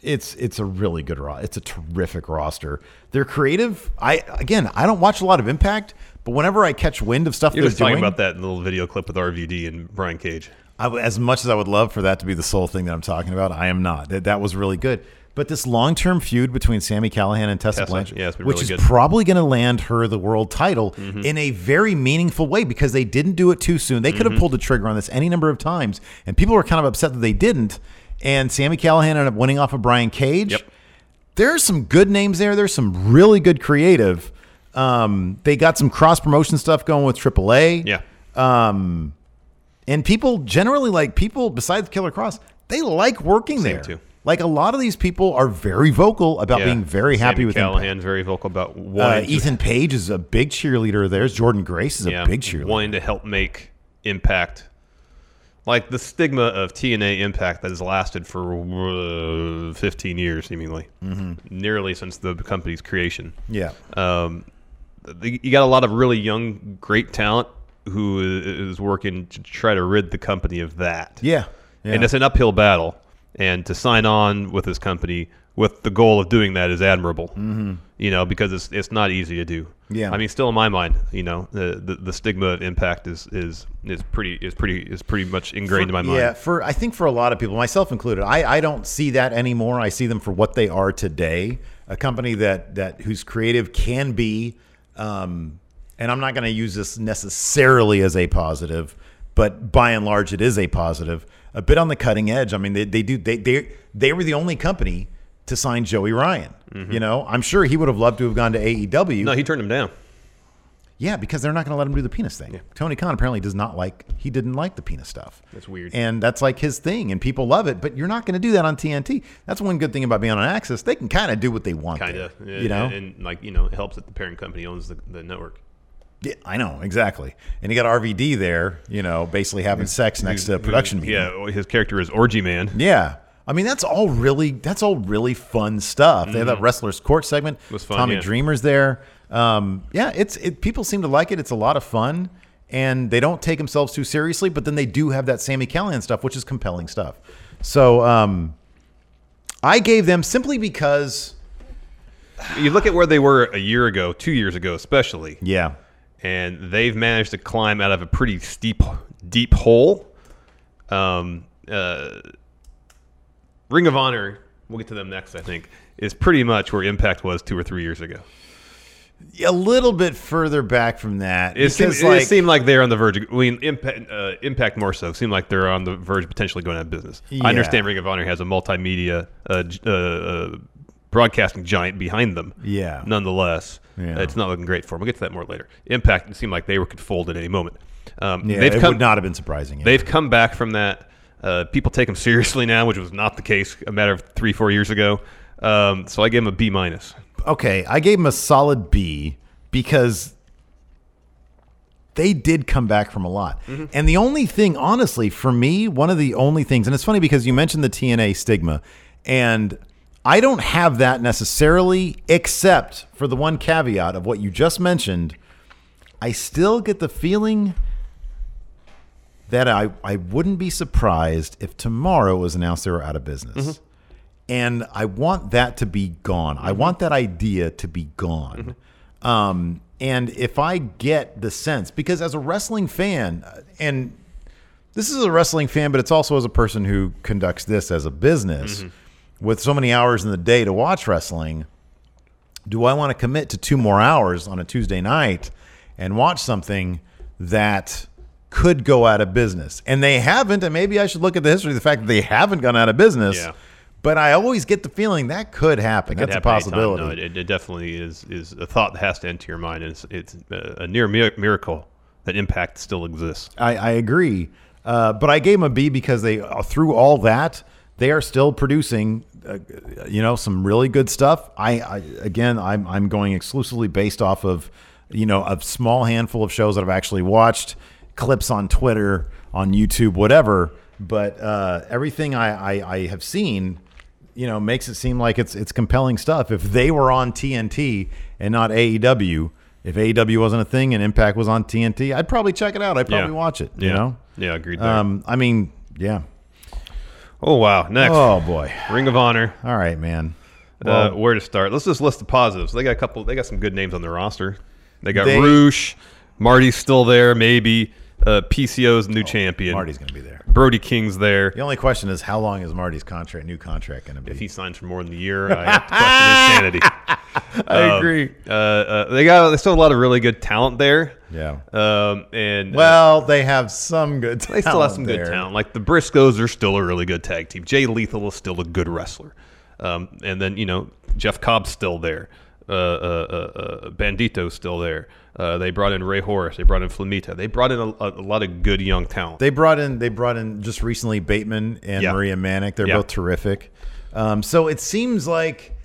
[SPEAKER 1] It's it's a really good roster. It's a terrific roster. They're creative. I again, I don't watch a lot of Impact, but whenever I catch wind of stuff
[SPEAKER 2] You're
[SPEAKER 1] they're
[SPEAKER 2] just talking
[SPEAKER 1] doing,
[SPEAKER 2] about that little video clip with RVD and Brian Cage.
[SPEAKER 1] I w as much as I would love for that to be the sole thing that I'm talking about, I am not. That, that was really good. But this long term feud between Sammy Callahan and Tessa,
[SPEAKER 2] Tessa,
[SPEAKER 1] Blanchard,
[SPEAKER 2] yeah, it's been
[SPEAKER 1] which
[SPEAKER 2] really
[SPEAKER 1] is
[SPEAKER 2] good. Mm-hmm.
[SPEAKER 1] probably going to land her the world title in a very meaningful way because they didn't do it too soon. They could
[SPEAKER 2] Mm-hmm.
[SPEAKER 1] have pulled the trigger on this any number of times, and people were kind of upset that they didn't. And Sammy Callahan ended up winning off of Brian Cage.
[SPEAKER 2] Yep.
[SPEAKER 1] There's some good names there. There's some really good creative. Um, they got some cross promotion stuff going with AAA.
[SPEAKER 2] Yeah.
[SPEAKER 1] And people generally like people besides Killer Cross, they like working there.
[SPEAKER 2] too.
[SPEAKER 1] Like a lot of these people are very vocal about
[SPEAKER 2] yeah.
[SPEAKER 1] being very happy
[SPEAKER 2] Sammy
[SPEAKER 1] with Impact.
[SPEAKER 2] Callahan, very vocal about
[SPEAKER 1] Uh,
[SPEAKER 2] wanting to
[SPEAKER 1] Ethan Page is a big cheerleader of theirs. Jordan Grace is a big cheerleader.
[SPEAKER 2] wanting to help make impact. Like the stigma of TNA Impact that has lasted for uh, 15 years, seemingly,
[SPEAKER 1] Mm-hmm.
[SPEAKER 2] nearly since the company's creation.
[SPEAKER 1] Yeah.
[SPEAKER 2] uh, The- You got a lot of really young, great talent who i- is working to try to rid the company of that.
[SPEAKER 1] yeah. Yeah.
[SPEAKER 2] And it's an uphill battle. And to sign on with this company with the goal of doing that is admirable. Mm-hmm. You know, because it's it's not easy to do.
[SPEAKER 1] Yeah.
[SPEAKER 2] I mean, still in my mind, you know, the the, the stigma of impact is is is pretty is pretty is pretty much ingrained in my mind.
[SPEAKER 1] Yeah, for I think for a lot of people, myself included, I, I don't see that anymore. I see them for what they are today, a company that that whose creative can be. Um, and I'm not going to use this necessarily as a positive, but by and large, it is a positive. A bit on the cutting edge. I mean, they, they do they they they were the only company to sign Joey Ryan. You know, I'm sure he would have loved to have gone to E AEW.
[SPEAKER 2] Mm-hmm. No, he turned him down.
[SPEAKER 1] Yeah, because they're not going to let him do the penis thing. Tony Khan apparently does not like he didn't like the penis stuff.
[SPEAKER 2] That's weird.
[SPEAKER 1] And that's like his thing, and people love it. But you're not going to do that on TNT. That's one good thing about being on Access. They can kind of do what they want.
[SPEAKER 2] Kind
[SPEAKER 1] there,
[SPEAKER 2] of,
[SPEAKER 1] you know.
[SPEAKER 2] and, and like you know, it helps that the parent company owns the, the network.
[SPEAKER 1] Yeah, I know exactly. And you got RVD there, you know, basically having sex next to a production meeting.
[SPEAKER 2] Yeah, his character is Orgy Man.
[SPEAKER 1] Yeah. I mean, that's all really that's all really fun stuff. They have that wrestler's court segment.
[SPEAKER 2] was Mm-hmm. fun,
[SPEAKER 1] Tommy
[SPEAKER 2] yeah.
[SPEAKER 1] Dreamer's there. Um, yeah, it's it, people seem to like it. It's a lot of fun, and they don't take themselves too seriously. But then they do have that Sammy Callahan stuff, which is compelling stuff. So um, I gave them simply because.
[SPEAKER 2] You look at where they were a year ago, two years ago, especially.
[SPEAKER 1] Yeah.
[SPEAKER 2] and they've managed to climb out of a pretty steep, deep hole. Um, uh, Ring of Honor, we'll get to them next, I think, is pretty much where Impact was two or three years ago.
[SPEAKER 1] A little bit further back from that.
[SPEAKER 2] It, seemed,
[SPEAKER 1] because,
[SPEAKER 2] it seemed like they're on the verge. Of, I mean, Impact, uh, Impact more so seemed like they're on the verge of potentially going out of business.
[SPEAKER 1] Yeah.
[SPEAKER 2] I understand Ring of Honor has a multimedia uh, j- uh, uh, broadcasting giant behind them.
[SPEAKER 1] Yeah.
[SPEAKER 2] Nonetheless,
[SPEAKER 1] Yeah.
[SPEAKER 2] it's not looking great for them. We'll get to that more later. Impact it seemed like they were could fold at any moment. Um,
[SPEAKER 1] yeah,
[SPEAKER 2] they've
[SPEAKER 1] it
[SPEAKER 2] come,
[SPEAKER 1] would not have been surprising. yeah.
[SPEAKER 2] They've come back from that. Uh, people take them seriously now, which was not the case a matter of three, four years ago. Um, so I gave them a B minus.
[SPEAKER 1] okay, I gave him a solid B because they did come back from a lot. And the only thing, honestly, for me, one of the only things, and it's funny because you mentioned the TNA stigma, and I don't have that necessarily, except for the one caveat of what you just mentioned. I still get the feeling that I, I wouldn't be surprised if tomorrow it was announced they were out of business. And I want that to be gone. I want that idea to be gone. Um, and if I get the sense, because as a wrestling fan, uh, and this is a wrestling fan, but it's also as a person who conducts this as a business
[SPEAKER 2] Mm-hmm.
[SPEAKER 1] with so many hours in the day to watch wrestling. Do I want to commit to two more hours on a Tuesday night and watch something that could go out of business? And they haven't, and maybe I should look at the history of the fact that they haven't gone out of business.
[SPEAKER 2] Yeah.
[SPEAKER 1] But I always get the feeling that could happen.
[SPEAKER 2] could
[SPEAKER 1] That's
[SPEAKER 2] happen
[SPEAKER 1] a
[SPEAKER 2] anytime.
[SPEAKER 1] possibility.
[SPEAKER 2] No, it, it definitely is is a thought that has to enter your mind. And it's it's uh, a near mi- miracle that impact still exists.
[SPEAKER 1] I, I agree. Uh, but I gave them a B because they uh, through all that they are still producing, uh, you know, some really good stuff. I, I again, I'm I'm going exclusively based off of, you know, a small handful of shows that I've actually watched, clips on Twitter, on YouTube, whatever. But uh, everything I, I, I have seen, you know, makes it seem like it's it's compelling stuff. If they were on TNT and not AEW, if AEW wasn't a thing and Impact was on TNT, I'd probably check it out. I'd probably watch it. You
[SPEAKER 2] yeah.
[SPEAKER 1] know,
[SPEAKER 2] Yeah, agreed. There.
[SPEAKER 1] um, I mean, yeah.
[SPEAKER 2] oh wow, next
[SPEAKER 1] Oh boy.
[SPEAKER 2] Ring of Honor.
[SPEAKER 1] All right, man.
[SPEAKER 2] uh, where to start? Let's just list the positives. They got a couple. They got some good names on their roster. They got
[SPEAKER 1] They-
[SPEAKER 2] Roosh. Marty's still there, maybe. Uh, PCO's new champion.
[SPEAKER 1] Marty's gonna be there.
[SPEAKER 2] Brody King's there.
[SPEAKER 1] The only question is how long is Marty's contract, new contract, gonna be?
[SPEAKER 2] If he signs for more than a year, I have to question his sanity.
[SPEAKER 1] I agree.
[SPEAKER 2] Uh, uh, they got they still have a lot of really good talent there.
[SPEAKER 1] Yeah.
[SPEAKER 2] Um, and uh,
[SPEAKER 1] well, they have some good.
[SPEAKER 2] they still have some good talent. Like the Briscoes are still a really good tag team. Jay Lethal is still a good wrestler. Um, and then you know Jeff Cobb's still there. Uh, uh, uh, uh, Bandito's still there. Uh, they brought in Ray Horace. They brought in Flamita. They brought in a, a, a lot of good young talent.
[SPEAKER 1] They brought in they brought in just recently Bateman and
[SPEAKER 2] Yeah.
[SPEAKER 1] Maria Manic. They're
[SPEAKER 2] Yeah.
[SPEAKER 1] both terrific. Um, so it seems like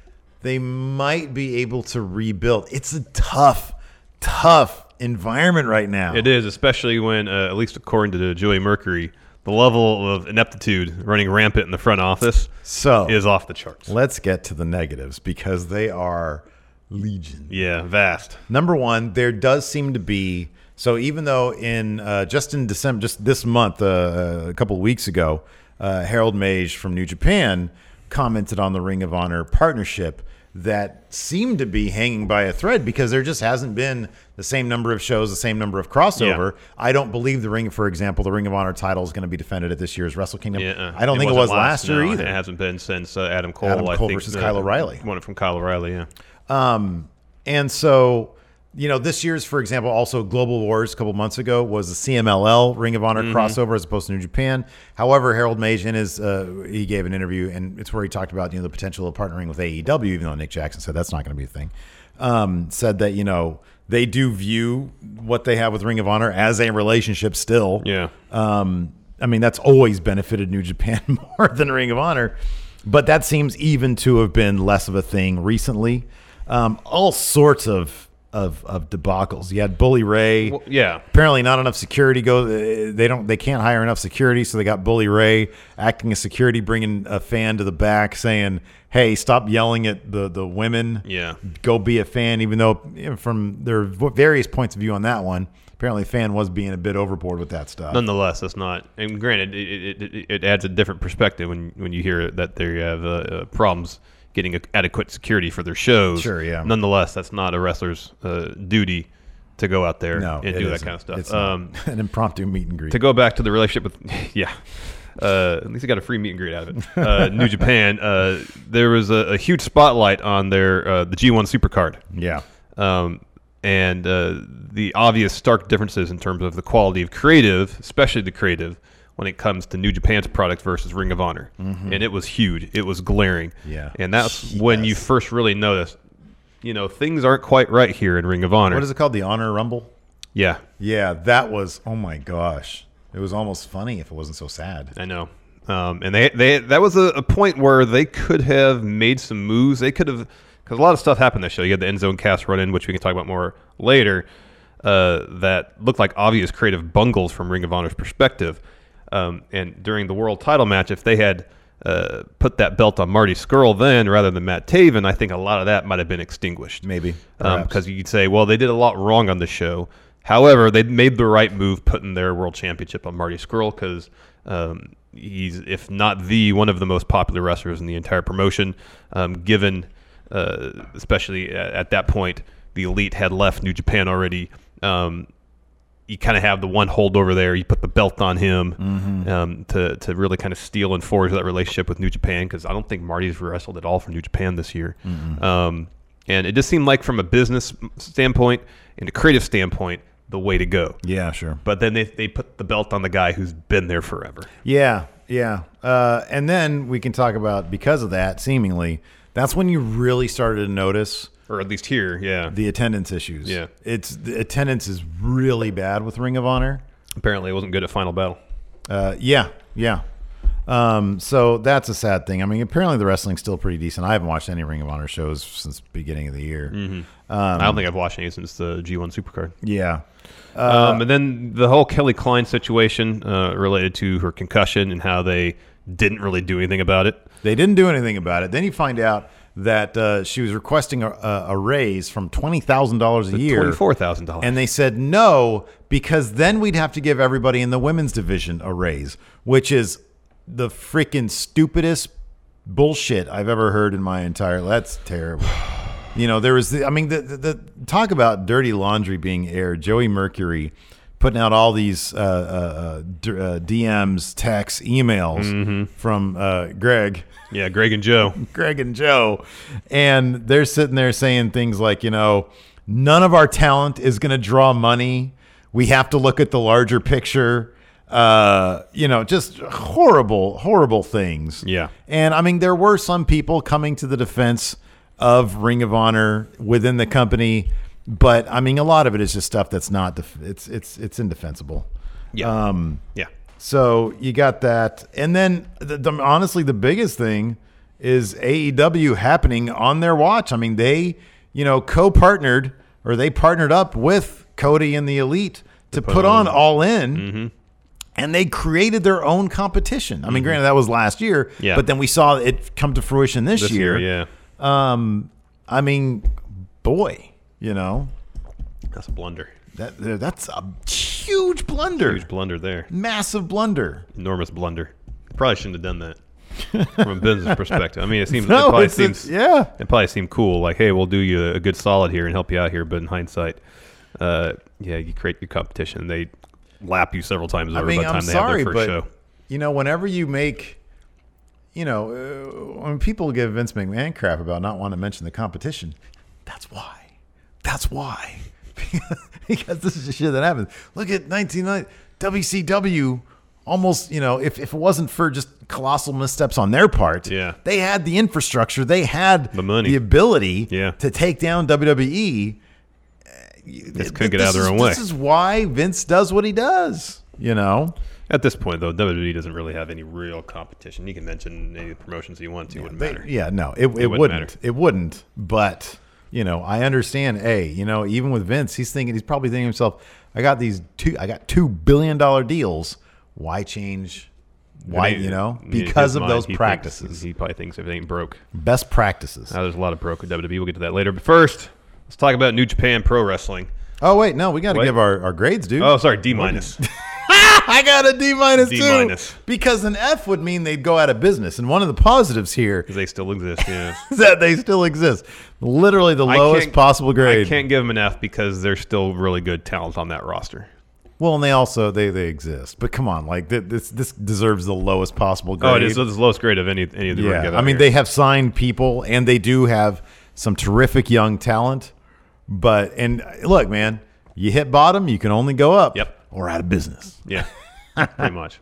[SPEAKER 1] they might be able to rebuild. It's a tough, tough environment right now.
[SPEAKER 2] It is, especially when, uh, at least according to Joey Mercury, the level of ineptitude running rampant in the front office
[SPEAKER 1] So
[SPEAKER 2] is off the charts.
[SPEAKER 1] let's get to the negatives because they are legion.
[SPEAKER 2] yeah, vast.
[SPEAKER 1] Number one, there does seem to be so even though in uh, just in December, just this month, uh, a couple of weeks ago, uh, Harold Mage from New Japan commented on the Ring of Honor partnership that seemed to be hanging by a thread because there just hasn't been the same number of shows, the same number of crossover. I don't believe the Ring, for example, the Ring of Honor title is going to be defended at this year's Wrestle Kingdom.
[SPEAKER 2] Yeah, uh,
[SPEAKER 1] I don't think it was
[SPEAKER 2] wasn't
[SPEAKER 1] last, year
[SPEAKER 2] no, and
[SPEAKER 1] either.
[SPEAKER 2] It hasn't been since uh, Adam Cole.
[SPEAKER 1] Adam
[SPEAKER 2] I
[SPEAKER 1] Cole
[SPEAKER 2] think,
[SPEAKER 1] versus Kyle O'Reilly.
[SPEAKER 2] Won it from Kyle O'Reilly. Yeah.
[SPEAKER 1] And so, you know, this year's, for example, also Global Wars a couple months ago was a CMLL Ring of Honor crossover as opposed to New Japan. However, Harold Mage in his, uh, he gave an interview and it's where he talked about, you know, the potential of partnering with AEW, even though Nick Jackson said that's not going to be a thing. Um, said that, you know, they do view what they have with Ring of Honor as a relationship still.
[SPEAKER 2] Yeah.
[SPEAKER 1] Um, I mean, that's always benefited New Japan more than Ring of Honor, but that seems even to have been less of a thing recently. Um, all sorts of of, of debacles. You had Bully Ray.
[SPEAKER 2] Well, yeah.
[SPEAKER 1] Apparently, not enough security. Go. uh, They don't. They can't hire enough security, so they got Bully Ray acting as security, bringing a fan to the back, saying, "Hey, stop yelling at the the women.
[SPEAKER 2] Yeah.
[SPEAKER 1] go be a fan." Even though, you know, from their various points of view on that one, apparently, the fan was being a bit overboard with that stuff.
[SPEAKER 2] Nonetheless, that's not. And granted, it, it, it, it adds a different perspective when when you hear that they have uh, uh, problems getting a, adequate security for their shows.
[SPEAKER 1] Sure, yeah.
[SPEAKER 2] Nonetheless, that's not a wrestler's uh, duty to go out there
[SPEAKER 1] no,
[SPEAKER 2] and
[SPEAKER 1] it
[SPEAKER 2] do that
[SPEAKER 1] isn't.
[SPEAKER 2] kind of stuff. Um,
[SPEAKER 1] It's not. an impromptu meet and greet.
[SPEAKER 2] to go back to the relationship with yeah uh, at least he got a free meet and greet out of it uh, new japan uh, there was a, a huge spotlight on their uh, the g1 supercard
[SPEAKER 1] yeah,
[SPEAKER 2] um, and uh, the obvious stark differences in terms of the quality of creative especially the creative when it comes to New Japan's product versus Ring of Honor, and it was huge, it was glaring,
[SPEAKER 1] Mm-hmm. Yeah.
[SPEAKER 2] and that's when you first really noticed, you know, things aren't quite right here in Ring of Honor.
[SPEAKER 1] what is it called? The Honor Rumble.
[SPEAKER 2] yeah,
[SPEAKER 1] Yeah, that was. Oh my gosh, it was almost funny if it wasn't so sad.
[SPEAKER 2] I know. Um, and they, they that was a, a point where they could have made some moves. They could have because a lot of stuff happened this show. You had the end zone cast run in, which we can talk about more later. Uh, that looked like obvious creative bungles from Ring of Honor's perspective. Um, and during the world title match, if they had uh, put that belt on Marty Skrull then rather than Matt Taven, I think a lot of that might have been extinguished
[SPEAKER 1] Um, Maybe, perhaps.
[SPEAKER 2] because you could say, well, they did a lot wrong on the show. However, they made the right move putting their world championship on Marty Skrull because um, he's, if not the one of the most popular wrestlers in the entire promotion, um, given uh, especially at, at that point the elite had left New Japan already. Um, you kind of have the one holdover there. You put the belt on him
[SPEAKER 1] Mm-hmm.
[SPEAKER 2] um, to to really kind of steal and forge that relationship with New Japan because I don't think Marty's wrestled at all for New Japan this year. Um, and it just seemed like from a business standpoint and a creative standpoint, the way to go.
[SPEAKER 1] Yeah, sure.
[SPEAKER 2] But then they, they put the belt on the guy who's been there forever.
[SPEAKER 1] Yeah, yeah. Uh, and then we can talk about because of that, seemingly, that's when you really started to notice
[SPEAKER 2] Or at least here, yeah.
[SPEAKER 1] the attendance issues.
[SPEAKER 2] Yeah.
[SPEAKER 1] It's the attendance is really bad with Ring of Honor.
[SPEAKER 2] Apparently it wasn't good at Final Battle.
[SPEAKER 1] Uh, yeah, yeah. Um, so that's a sad thing. I mean, apparently the wrestling's still pretty decent. I haven't watched any Ring of Honor shows since the beginning of the year. Um,
[SPEAKER 2] I don't think I've watched any since the G1 Supercard.
[SPEAKER 1] Yeah. Uh,
[SPEAKER 2] um, and then the whole Kelly Klein situation uh, related to her concussion and how they didn't really do anything about it.
[SPEAKER 1] They didn't do anything about it. Then you find out that uh, she was requesting a, a, a raise from $20,000 a year.
[SPEAKER 2] $24,000.
[SPEAKER 1] And they said no because then we'd have to give everybody in the women's division a raise, which is the freaking stupidest bullshit I've ever heard in my entire. That's terrible. You know, there was the, I mean, the, the, the talk about dirty laundry being aired. Joey Mercury putting out all these uh, uh, uh, d- uh, DMs, texts, emails from uh, Greg.
[SPEAKER 2] yeah, Greg and Joe.
[SPEAKER 1] Greg and Joe, and they're sitting there saying things like, you know, none of our talent is going to draw money. We have to look at the larger picture. Uh, you know, just horrible, horrible things.
[SPEAKER 2] Yeah.
[SPEAKER 1] And I mean, there were some people coming to the defense of Ring of Honor within the company, but I mean, a lot of it is just stuff that's not. Def- it's it's it's indefensible.
[SPEAKER 2] Yeah. Um, yeah.
[SPEAKER 1] So you got that, and then the, the, honestly, the biggest thing is AEW happening on their watch. I mean, they you know co-partnered or they partnered up with Cody and the Elite to put, on, All In.
[SPEAKER 2] Mm-hmm.
[SPEAKER 1] And they created their own competition. I mean, granted, that was last year,
[SPEAKER 2] Yeah.
[SPEAKER 1] but then we saw it come to fruition this,
[SPEAKER 2] This year, yeah.
[SPEAKER 1] I mean, boy, you know
[SPEAKER 2] That's a blunder.
[SPEAKER 1] that that's a huge blunder,
[SPEAKER 2] Huge blunder there.
[SPEAKER 1] massive blunder.
[SPEAKER 2] Enormous blunder. Probably shouldn't have done that. From a business perspective, I mean, it seems
[SPEAKER 1] No,
[SPEAKER 2] it probably
[SPEAKER 1] it's- it's-
[SPEAKER 2] seems
[SPEAKER 1] yeah.
[SPEAKER 2] it probably seemed cool. Like, hey, we'll do you a good solid here and help you out here. But in hindsight, uh, yeah, you create your competition. They lap you several times over by the time they have their first show.
[SPEAKER 1] you know, whenever you make, you know, uh, when people give Vince McMahon crap about not wanting to mention the competition, that's why. That's why. because this is the shit that happens. Look at 1990 WCW. Almost, you know, if, if it wasn't for just colossal missteps on their part,
[SPEAKER 2] Yeah.
[SPEAKER 1] they had the infrastructure, they had
[SPEAKER 2] The money.
[SPEAKER 1] the ability
[SPEAKER 2] Yeah.
[SPEAKER 1] to take down WWE.
[SPEAKER 2] This could get out of their
[SPEAKER 1] is-
[SPEAKER 2] own way.
[SPEAKER 1] This is why Vince does what he does, you know?
[SPEAKER 2] At this point, though, WWE doesn't really have any real competition. You can mention any of the promotions you want to; it wouldn't
[SPEAKER 1] They-
[SPEAKER 2] matter.
[SPEAKER 1] yeah, no, it, it,
[SPEAKER 2] wouldn't
[SPEAKER 1] wouldn't.
[SPEAKER 2] matter.
[SPEAKER 1] It wouldn't. But you know, I understand. A, you know, even with Vince, he's thinking he's probably thinking to himself, I got these two, I got two billion dollar deals. Why change? Why
[SPEAKER 2] In-
[SPEAKER 1] you know?
[SPEAKER 2] in his
[SPEAKER 1] Because of
[SPEAKER 2] mind,
[SPEAKER 1] those
[SPEAKER 2] he thinks-
[SPEAKER 1] practices,
[SPEAKER 2] he probably thinks everything broke.
[SPEAKER 1] best practices.
[SPEAKER 2] Now, there's a lot of broke at WWE. We'll get to that later. But first, let's talk about New Japan Pro Wrestling.
[SPEAKER 1] Oh wait, no, we got to give our, our grades, dude.
[SPEAKER 2] Oh, sorry, D minus.
[SPEAKER 1] I got a D minus
[SPEAKER 2] D
[SPEAKER 1] too.
[SPEAKER 2] minus.
[SPEAKER 1] Because an F would mean they'd go out of business. And one of the positives here
[SPEAKER 2] they still exist. Yeah.
[SPEAKER 1] is that they still exist. Literally the
[SPEAKER 2] I
[SPEAKER 1] lowest
[SPEAKER 2] can't-
[SPEAKER 1] possible grade.
[SPEAKER 2] I can't give them an F because there's still really good talent on that roster.
[SPEAKER 1] Well, and they also they they exist, but come on, like th- this this deserves the lowest possible grade.
[SPEAKER 2] Oh, it is it's the lowest grade of any any of the
[SPEAKER 1] Yeah,
[SPEAKER 2] together.
[SPEAKER 1] I mean they have signed people, and they do have some terrific young talent. But and uh, look, man, you hit bottom, you can only go up.
[SPEAKER 2] Yep.
[SPEAKER 1] Or out of business.
[SPEAKER 2] yeah, pretty much.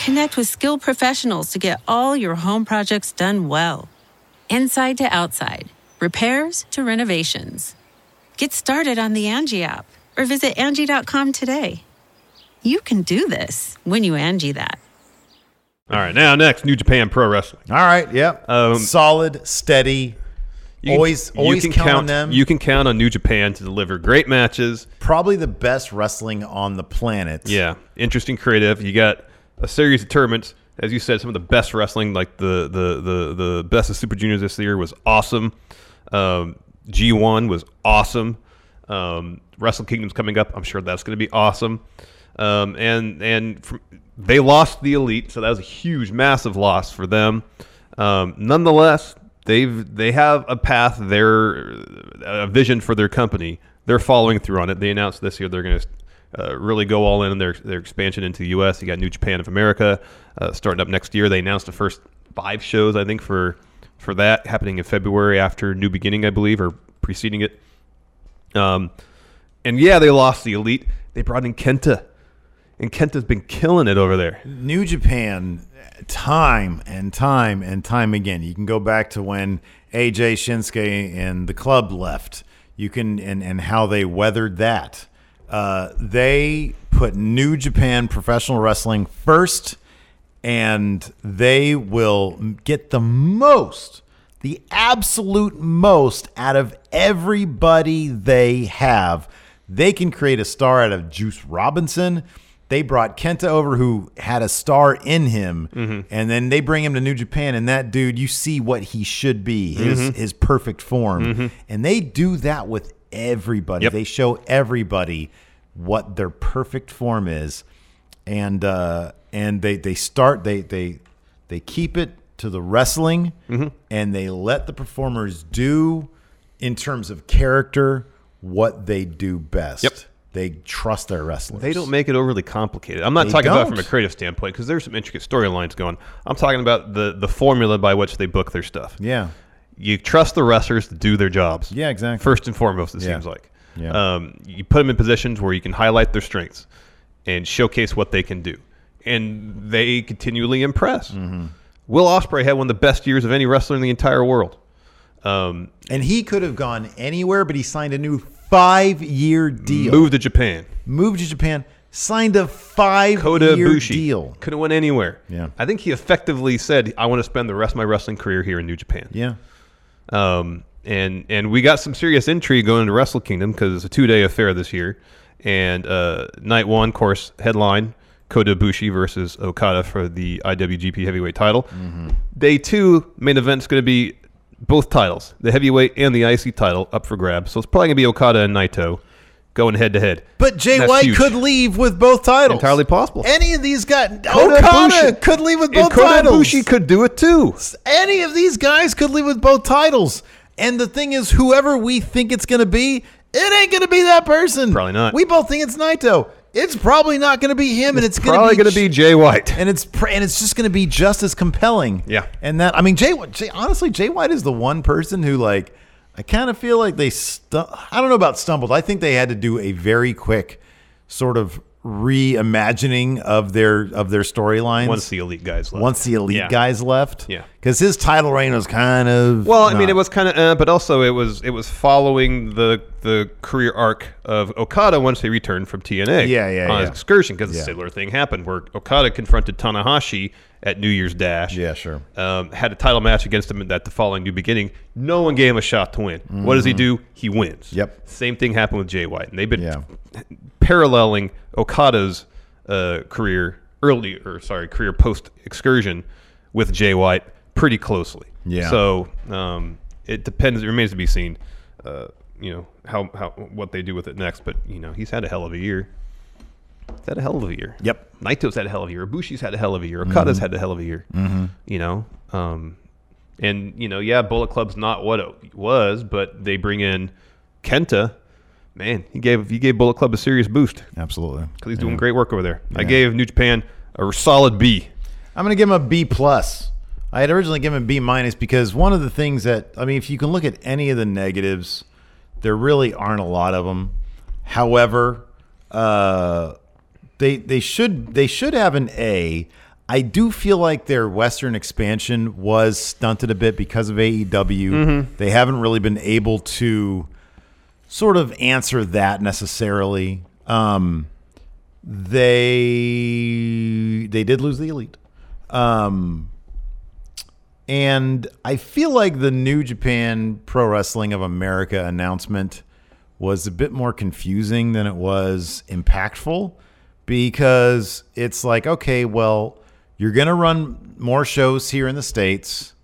[SPEAKER 3] Connect with skilled professionals to get all your home projects done well. Inside to outside, repairs to renovations. Get started on the Angie app or visit Angie.com today. You can do this when you Angie that.
[SPEAKER 2] All right, now next, New Japan Pro Wrestling.
[SPEAKER 1] All right. Yep.
[SPEAKER 2] Um,
[SPEAKER 1] Solid, steady.
[SPEAKER 2] You can-
[SPEAKER 1] always,
[SPEAKER 2] you
[SPEAKER 1] always
[SPEAKER 2] can
[SPEAKER 1] count on
[SPEAKER 2] count
[SPEAKER 1] them.
[SPEAKER 2] You can count on New Japan to deliver great matches.
[SPEAKER 1] probably the best wrestling on the planet.
[SPEAKER 2] Yeah, interesting creative. You got a series of tournaments, as you said, some of the best wrestling, like the the the the best of Super Juniors this year was awesome. Um, G one was awesome. Um, Wrestle Kingdom's coming up. I'm sure that's going to be awesome. Um, and and from, they lost the elite, so that was a huge, massive loss for them. Um, nonetheless, they've they have a path, their a vision for their company. They're following through on it. They announced this year they're going to uh, really go all in on their their expansion into the U.S. You got New Japan of America uh, starting up next year. They announced the first five shows, I think, for for that happening in February after New Beginning, I believe, or preceding it. Um, and yeah, they lost the elite. They brought in Kenta, and Kenta's been killing it over there.
[SPEAKER 1] New Japan, time and time and time again. You can go back to when AJ Shinsuke and the club left. You can and and how they weathered that. Uh, they put New Japan professional wrestling first, and they will get the most, the absolute most out of everybody they have. They can create a star out of Juice Robinson. They brought Kenta over, who had a star in him, and then they bring him to New Japan, and that dude, you see what he should be, his his perfect form, and they do that with everybody.
[SPEAKER 2] Yep.
[SPEAKER 1] They show everybody what their perfect form is, and uh, and they they start they they they keep it to the wrestling,
[SPEAKER 2] Mm-hmm.
[SPEAKER 1] and they let the performers do in terms of character what they do best.
[SPEAKER 2] Yep.
[SPEAKER 1] They trust their wrestlers.
[SPEAKER 2] They don't make it overly complicated. I'm not
[SPEAKER 1] They
[SPEAKER 2] talking about
[SPEAKER 1] don't.
[SPEAKER 2] from a creative standpoint because there's some intricate storylines going. I'm talking about the the formula by which they book their stuff.
[SPEAKER 1] Yeah.
[SPEAKER 2] you trust the wrestlers to do their jobs.
[SPEAKER 1] Yeah, exactly.
[SPEAKER 2] First and foremost, it
[SPEAKER 1] Yeah.
[SPEAKER 2] seems like.
[SPEAKER 1] Yeah.
[SPEAKER 2] Um, you put them in positions where you can highlight their strengths and showcase what they can do, and they continually impress.
[SPEAKER 1] Mm-hmm.
[SPEAKER 2] Will Ospreay had one of the best years of any wrestler in the entire world. Um,
[SPEAKER 1] And he could have gone anywhere, but he signed a new five year deal.
[SPEAKER 2] moved to Japan.
[SPEAKER 1] Moved to Japan, signed a five
[SPEAKER 2] Kota
[SPEAKER 1] year
[SPEAKER 2] Ibushi
[SPEAKER 1] deal.
[SPEAKER 2] could have went anywhere.
[SPEAKER 1] Yeah.
[SPEAKER 2] I think he effectively said, "I want to spend the rest of my wrestling career here in New Japan."
[SPEAKER 1] Yeah.
[SPEAKER 2] Um, and and we got some serious intrigue going into Wrestle Kingdom because it's a two day affair this year. And uh, night one, of course, headline Kota Ibushi versus Okada for the IWGP Heavyweight Title.
[SPEAKER 1] Mm-hmm.
[SPEAKER 2] Day two, main event's going to be both titles, the heavyweight and the IC title, up for grabs. So it's probably going to be Okada and Naito going head to head.
[SPEAKER 1] But Jay White could leave with both titles.
[SPEAKER 2] Entirely possible.
[SPEAKER 1] Any of these guys.
[SPEAKER 2] Kota
[SPEAKER 1] Okada
[SPEAKER 2] Ibushi-
[SPEAKER 1] could leave with
[SPEAKER 2] and
[SPEAKER 1] both
[SPEAKER 2] Kota
[SPEAKER 1] titles.
[SPEAKER 2] Ibushi could do it too.
[SPEAKER 1] Any of these guys could leave with both titles. And the thing is, whoever we think it's going to be, it ain't going to be that person.
[SPEAKER 2] Probably not.
[SPEAKER 1] We both think it's Naito. It's probably not going to be him, and it's gonna
[SPEAKER 2] Probably
[SPEAKER 1] be
[SPEAKER 2] going to be Jay White.
[SPEAKER 1] and it's pr- and it's just going to be just as compelling.
[SPEAKER 2] Yeah.
[SPEAKER 1] and that I mean, Jay, Jay honestly, Jay White is the one person who like I kind of feel like they stu- I don't know about stumbled. I think they had to do a very quick sort of reimagining of their of their storylines
[SPEAKER 2] once the elite guys left.
[SPEAKER 1] once the elite
[SPEAKER 2] Yeah.
[SPEAKER 1] guys left.
[SPEAKER 2] Yeah.
[SPEAKER 1] because his title reign was kind of
[SPEAKER 2] Well, I mean,
[SPEAKER 1] not-
[SPEAKER 2] it was kind of, uh, but also it was it was following the the career arc of Okada once he returned from TNA.
[SPEAKER 1] Yeah, yeah,
[SPEAKER 2] on his
[SPEAKER 1] yeah.
[SPEAKER 2] excursion because
[SPEAKER 1] Yeah.
[SPEAKER 2] a similar thing happened where Okada confronted Tanahashi at New Year's Dash.
[SPEAKER 1] Yeah, sure.
[SPEAKER 2] Um, had a title match against him at the following New Beginning. No one gave him a shot to win. What does he do? He wins.
[SPEAKER 1] Mm-hmm. Yep.
[SPEAKER 2] Same thing happened with Jay White, and they've been
[SPEAKER 1] Yeah.
[SPEAKER 2] paralleling Okada's uh, career early or sorry career post excursion with Jay White pretty closely.
[SPEAKER 1] Yeah.
[SPEAKER 2] So um, it depends. It remains to be seen. Uh, you know how how what they do with it next, but you know he's had a hell of a year. He's had a hell of a year.
[SPEAKER 1] Yep.
[SPEAKER 2] Naito's had a hell of a year. Ibushi's had a hell of a year.
[SPEAKER 1] Mm-hmm.
[SPEAKER 2] Okada's had a hell of a year. You know. Um, and you know, yeah, Bullet Club's not what it was, but they bring in Kenta. Man, he gave he gave Bullet Club a serious boost.
[SPEAKER 1] absolutely.
[SPEAKER 2] Because he's doing great work over there. I gave New Japan a solid B.
[SPEAKER 1] I'm gonna give him a B plus. I had originally given him a B minus because one of the things that I mean, if you can look at any of the negatives, there really aren't a lot of them. However, uh, they they should they should have an A. I do feel like their Western expansion was stunted a bit because of AEW. They haven't really been able to sort of answer that necessarily. Um, they they did lose the elite. Um, and I feel like the New Japan Pro Wrestling of America announcement was a bit more confusing than it was impactful because it's like, okay, well, you're going to run more shows here in the States.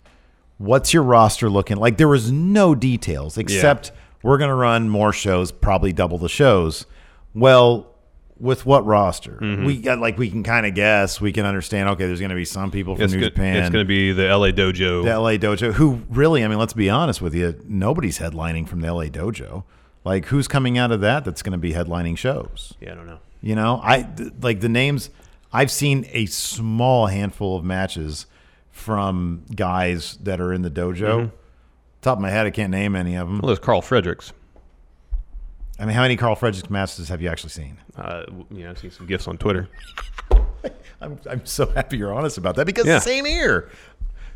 [SPEAKER 1] What's your roster looking like? There was no details except we're going to run more shows, probably double the shows. Well, with what roster?
[SPEAKER 2] Mm-hmm.
[SPEAKER 1] We got like we can kind of guess, we can understand. Okay, there's going to be some people from
[SPEAKER 2] It's,
[SPEAKER 1] New
[SPEAKER 2] go-
[SPEAKER 1] Japan
[SPEAKER 2] it's going to be the LA Dojo.
[SPEAKER 1] the LA Dojo, who really, I mean, let's be honest with you, nobody's headlining from the LA Dojo. Like, who's coming out of that that's going to be headlining shows?
[SPEAKER 2] yeah, I don't know.
[SPEAKER 1] You know, I th- like the names. I've seen a small handful of matches from guys that are in the dojo.
[SPEAKER 2] Mm-hmm.
[SPEAKER 1] Top of my head, I can't name any of them.
[SPEAKER 2] Well, there's Carl Fredericks.
[SPEAKER 1] I mean, how many Carl Fredericks matches have you actually seen?
[SPEAKER 2] Uh, w- yeah, I've seen some gifts on Twitter.
[SPEAKER 1] I'm, I'm so happy you're honest about that because
[SPEAKER 2] Yeah.
[SPEAKER 1] same here.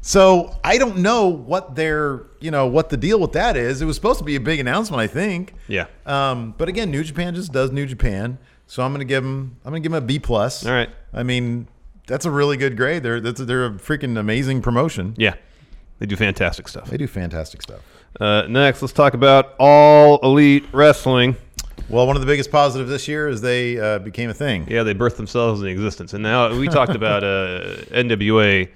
[SPEAKER 1] So I don't know what their, you know, what the deal with that is. It was supposed to be a big announcement, I think.
[SPEAKER 2] Yeah.
[SPEAKER 1] Um, but again, New Japan just does New Japan, so I'm gonna give them. I'm gonna give them a B plus.
[SPEAKER 2] All right.
[SPEAKER 1] I mean, that's a really good grade. They're that's they're a freaking amazing promotion.
[SPEAKER 2] Yeah. They do fantastic stuff.
[SPEAKER 1] They do fantastic stuff.
[SPEAKER 2] Uh, next, let's talk about All Elite Wrestling.
[SPEAKER 1] Well, one of the biggest positives this year is they uh, became a thing.
[SPEAKER 2] Yeah, they birthed themselves into existence. And now we talked about uh, NWA.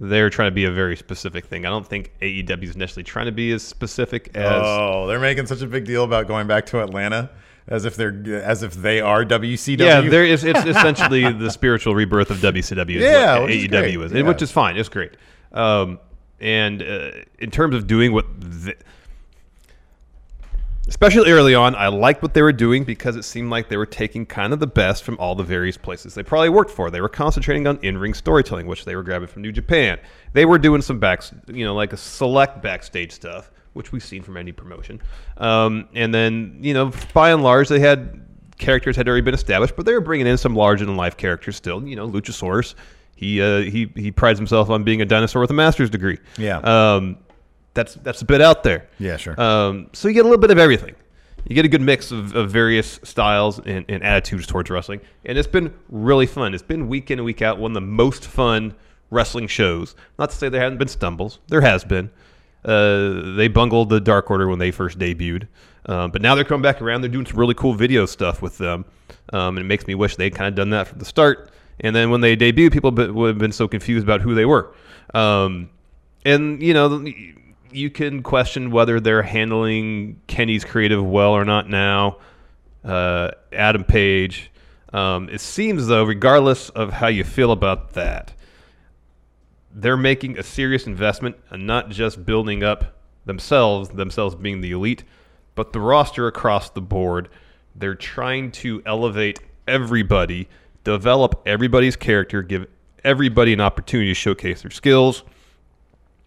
[SPEAKER 2] They're trying to be a very specific thing. I don't think AEW is necessarily trying to be as specific as.
[SPEAKER 1] Oh, they're making such a big deal about going back to Atlanta, as if they're as if they are WCW.
[SPEAKER 2] Yeah, there is. It's essentially the spiritual rebirth of WCW. Is
[SPEAKER 1] Yeah,
[SPEAKER 2] what
[SPEAKER 1] which is
[SPEAKER 2] AEW
[SPEAKER 1] great.
[SPEAKER 2] is, and which
[SPEAKER 1] Yeah.
[SPEAKER 2] is fine. It's great. Um, and uh, in terms of doing what, the, especially early on, I liked what they were doing because it seemed like they were taking kind of the best from all the various places they probably worked for. They were concentrating on in-ring storytelling, which they were grabbing from New Japan. They were doing some back, you know, like a select backstage stuff, which we've seen from any promotion. Um, and then, you know, by and large, they had characters had already been established, but they were bringing in some larger than life characters still. You know, Luchasaurus. He, uh, he he prides himself on being a dinosaur with a master's degree.
[SPEAKER 1] Yeah.
[SPEAKER 2] Um, that's that's a bit out there.
[SPEAKER 1] Yeah, sure.
[SPEAKER 2] Um, so you get a little bit of everything. You get a good mix of, of various styles and, and attitudes towards wrestling, and it's been really fun. It's been week in and week out one of the most fun wrestling shows. Not to say there haven't been stumbles. There has been. Uh, they bungled the Dark Order when they first debuted, um, but now they're coming back around. They're doing some really cool video stuff with them, um, and it makes me wish they'd kind of done that from the start. And then when they debuted, people be- would have been so confused about who they were. Um, and you know you can question whether they're handling Kenny's creative well or not now. Uh, Adam Page. Um, it seems though, regardless of how you feel about that, they're making a serious investment and not just building up themselves, themselves being the elite, but the roster across the board. They're trying to elevate everybody, develop everybody's character, give everybody an opportunity to showcase their skills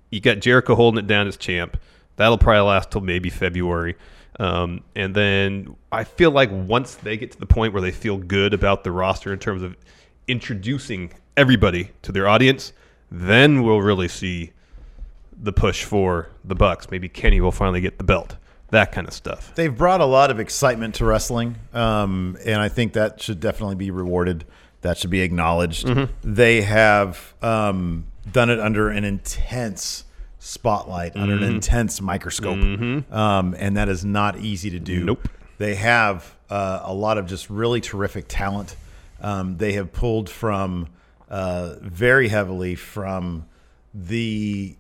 [SPEAKER 2] you got Jericho holding it down as champ. That'll probably last till maybe February. Um, and then I feel like once they get to the point where they feel good about the roster in terms of introducing everybody to their audience, then we'll really see the push for the Bucks. Maybe Kenny will finally get the belt. That kind of stuff.
[SPEAKER 1] They've brought a lot of excitement to wrestling, um, and I think that should definitely be rewarded. That should be acknowledged. They have um, done it under an intense spotlight, under an intense microscope, um, and that is not easy to do.
[SPEAKER 2] Nope.
[SPEAKER 1] They have uh, a lot of just really terrific talent. Um, they have pulled from uh, very heavily from the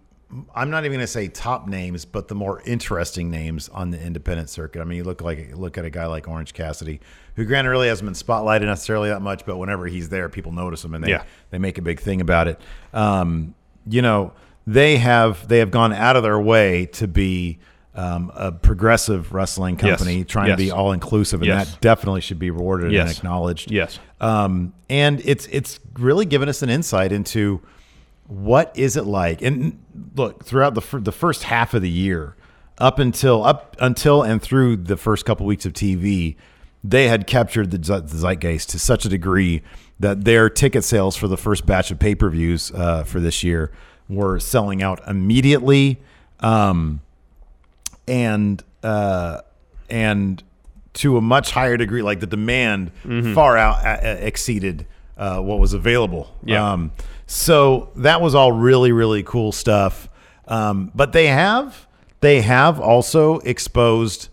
[SPEAKER 1] I'm not even going to say top names, but the more interesting names on the independent circuit. I mean, you look like look at a guy like Orange Cassidy, who granted really hasn't been spotlighted necessarily that much, but whenever he's there, people notice him and they
[SPEAKER 2] Yeah.
[SPEAKER 1] they make a big thing about it. Um, you know, they have they have gone out of their way to be um, a progressive wrestling
[SPEAKER 2] Yes.
[SPEAKER 1] company, trying to be
[SPEAKER 2] Yes.
[SPEAKER 1] all inclusive, and
[SPEAKER 2] Yes.
[SPEAKER 1] that definitely should be rewarded and
[SPEAKER 2] Yes.
[SPEAKER 1] acknowledged.
[SPEAKER 2] Yes.
[SPEAKER 1] Um, and it's it's really given us an insight into what is it like. And look, throughout the fir- the first half of the year, up until up until and through the first couple weeks of TV, they had captured the, ze- the zeitgeist to such a degree that their ticket sales for the first batch of pay per views uh, for this year were selling out immediately. Um, and uh, and to a much higher degree, like the demand far out uh, exceeded uh, what was available.
[SPEAKER 2] Yeah.
[SPEAKER 1] Um, so that was all really really cool stuff. Um, but they have they have also exposed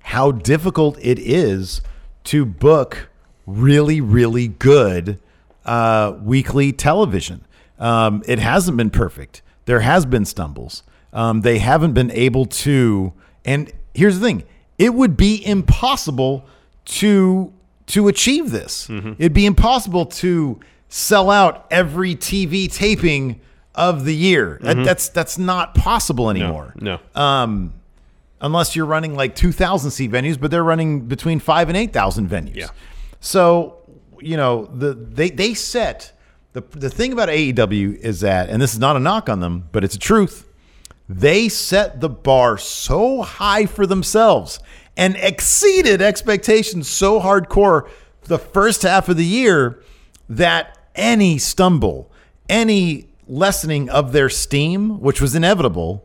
[SPEAKER 1] how difficult it is to book really, really good uh, weekly television. Um, it hasn't been perfect. There has been stumbles. Um, they haven't been able to. And here's the thing: it would be impossible to to achieve this.
[SPEAKER 2] Mm-hmm.
[SPEAKER 1] It'd be impossible to sell out every TV taping of the year. That, that's that's not possible anymore
[SPEAKER 2] Mm-hmm. No.
[SPEAKER 1] unless you're running like 2,000 seat venues, but they're running between five and 8,000 venues.
[SPEAKER 2] Yeah.
[SPEAKER 1] So, you know, the they, they set the, the thing about AEW is that, and this is not a knock on them, but it's a truth. They set the bar so high for themselves and exceeded expectations so hardcore the first half of the year that any stumble, any lessening of their steam, which was inevitable,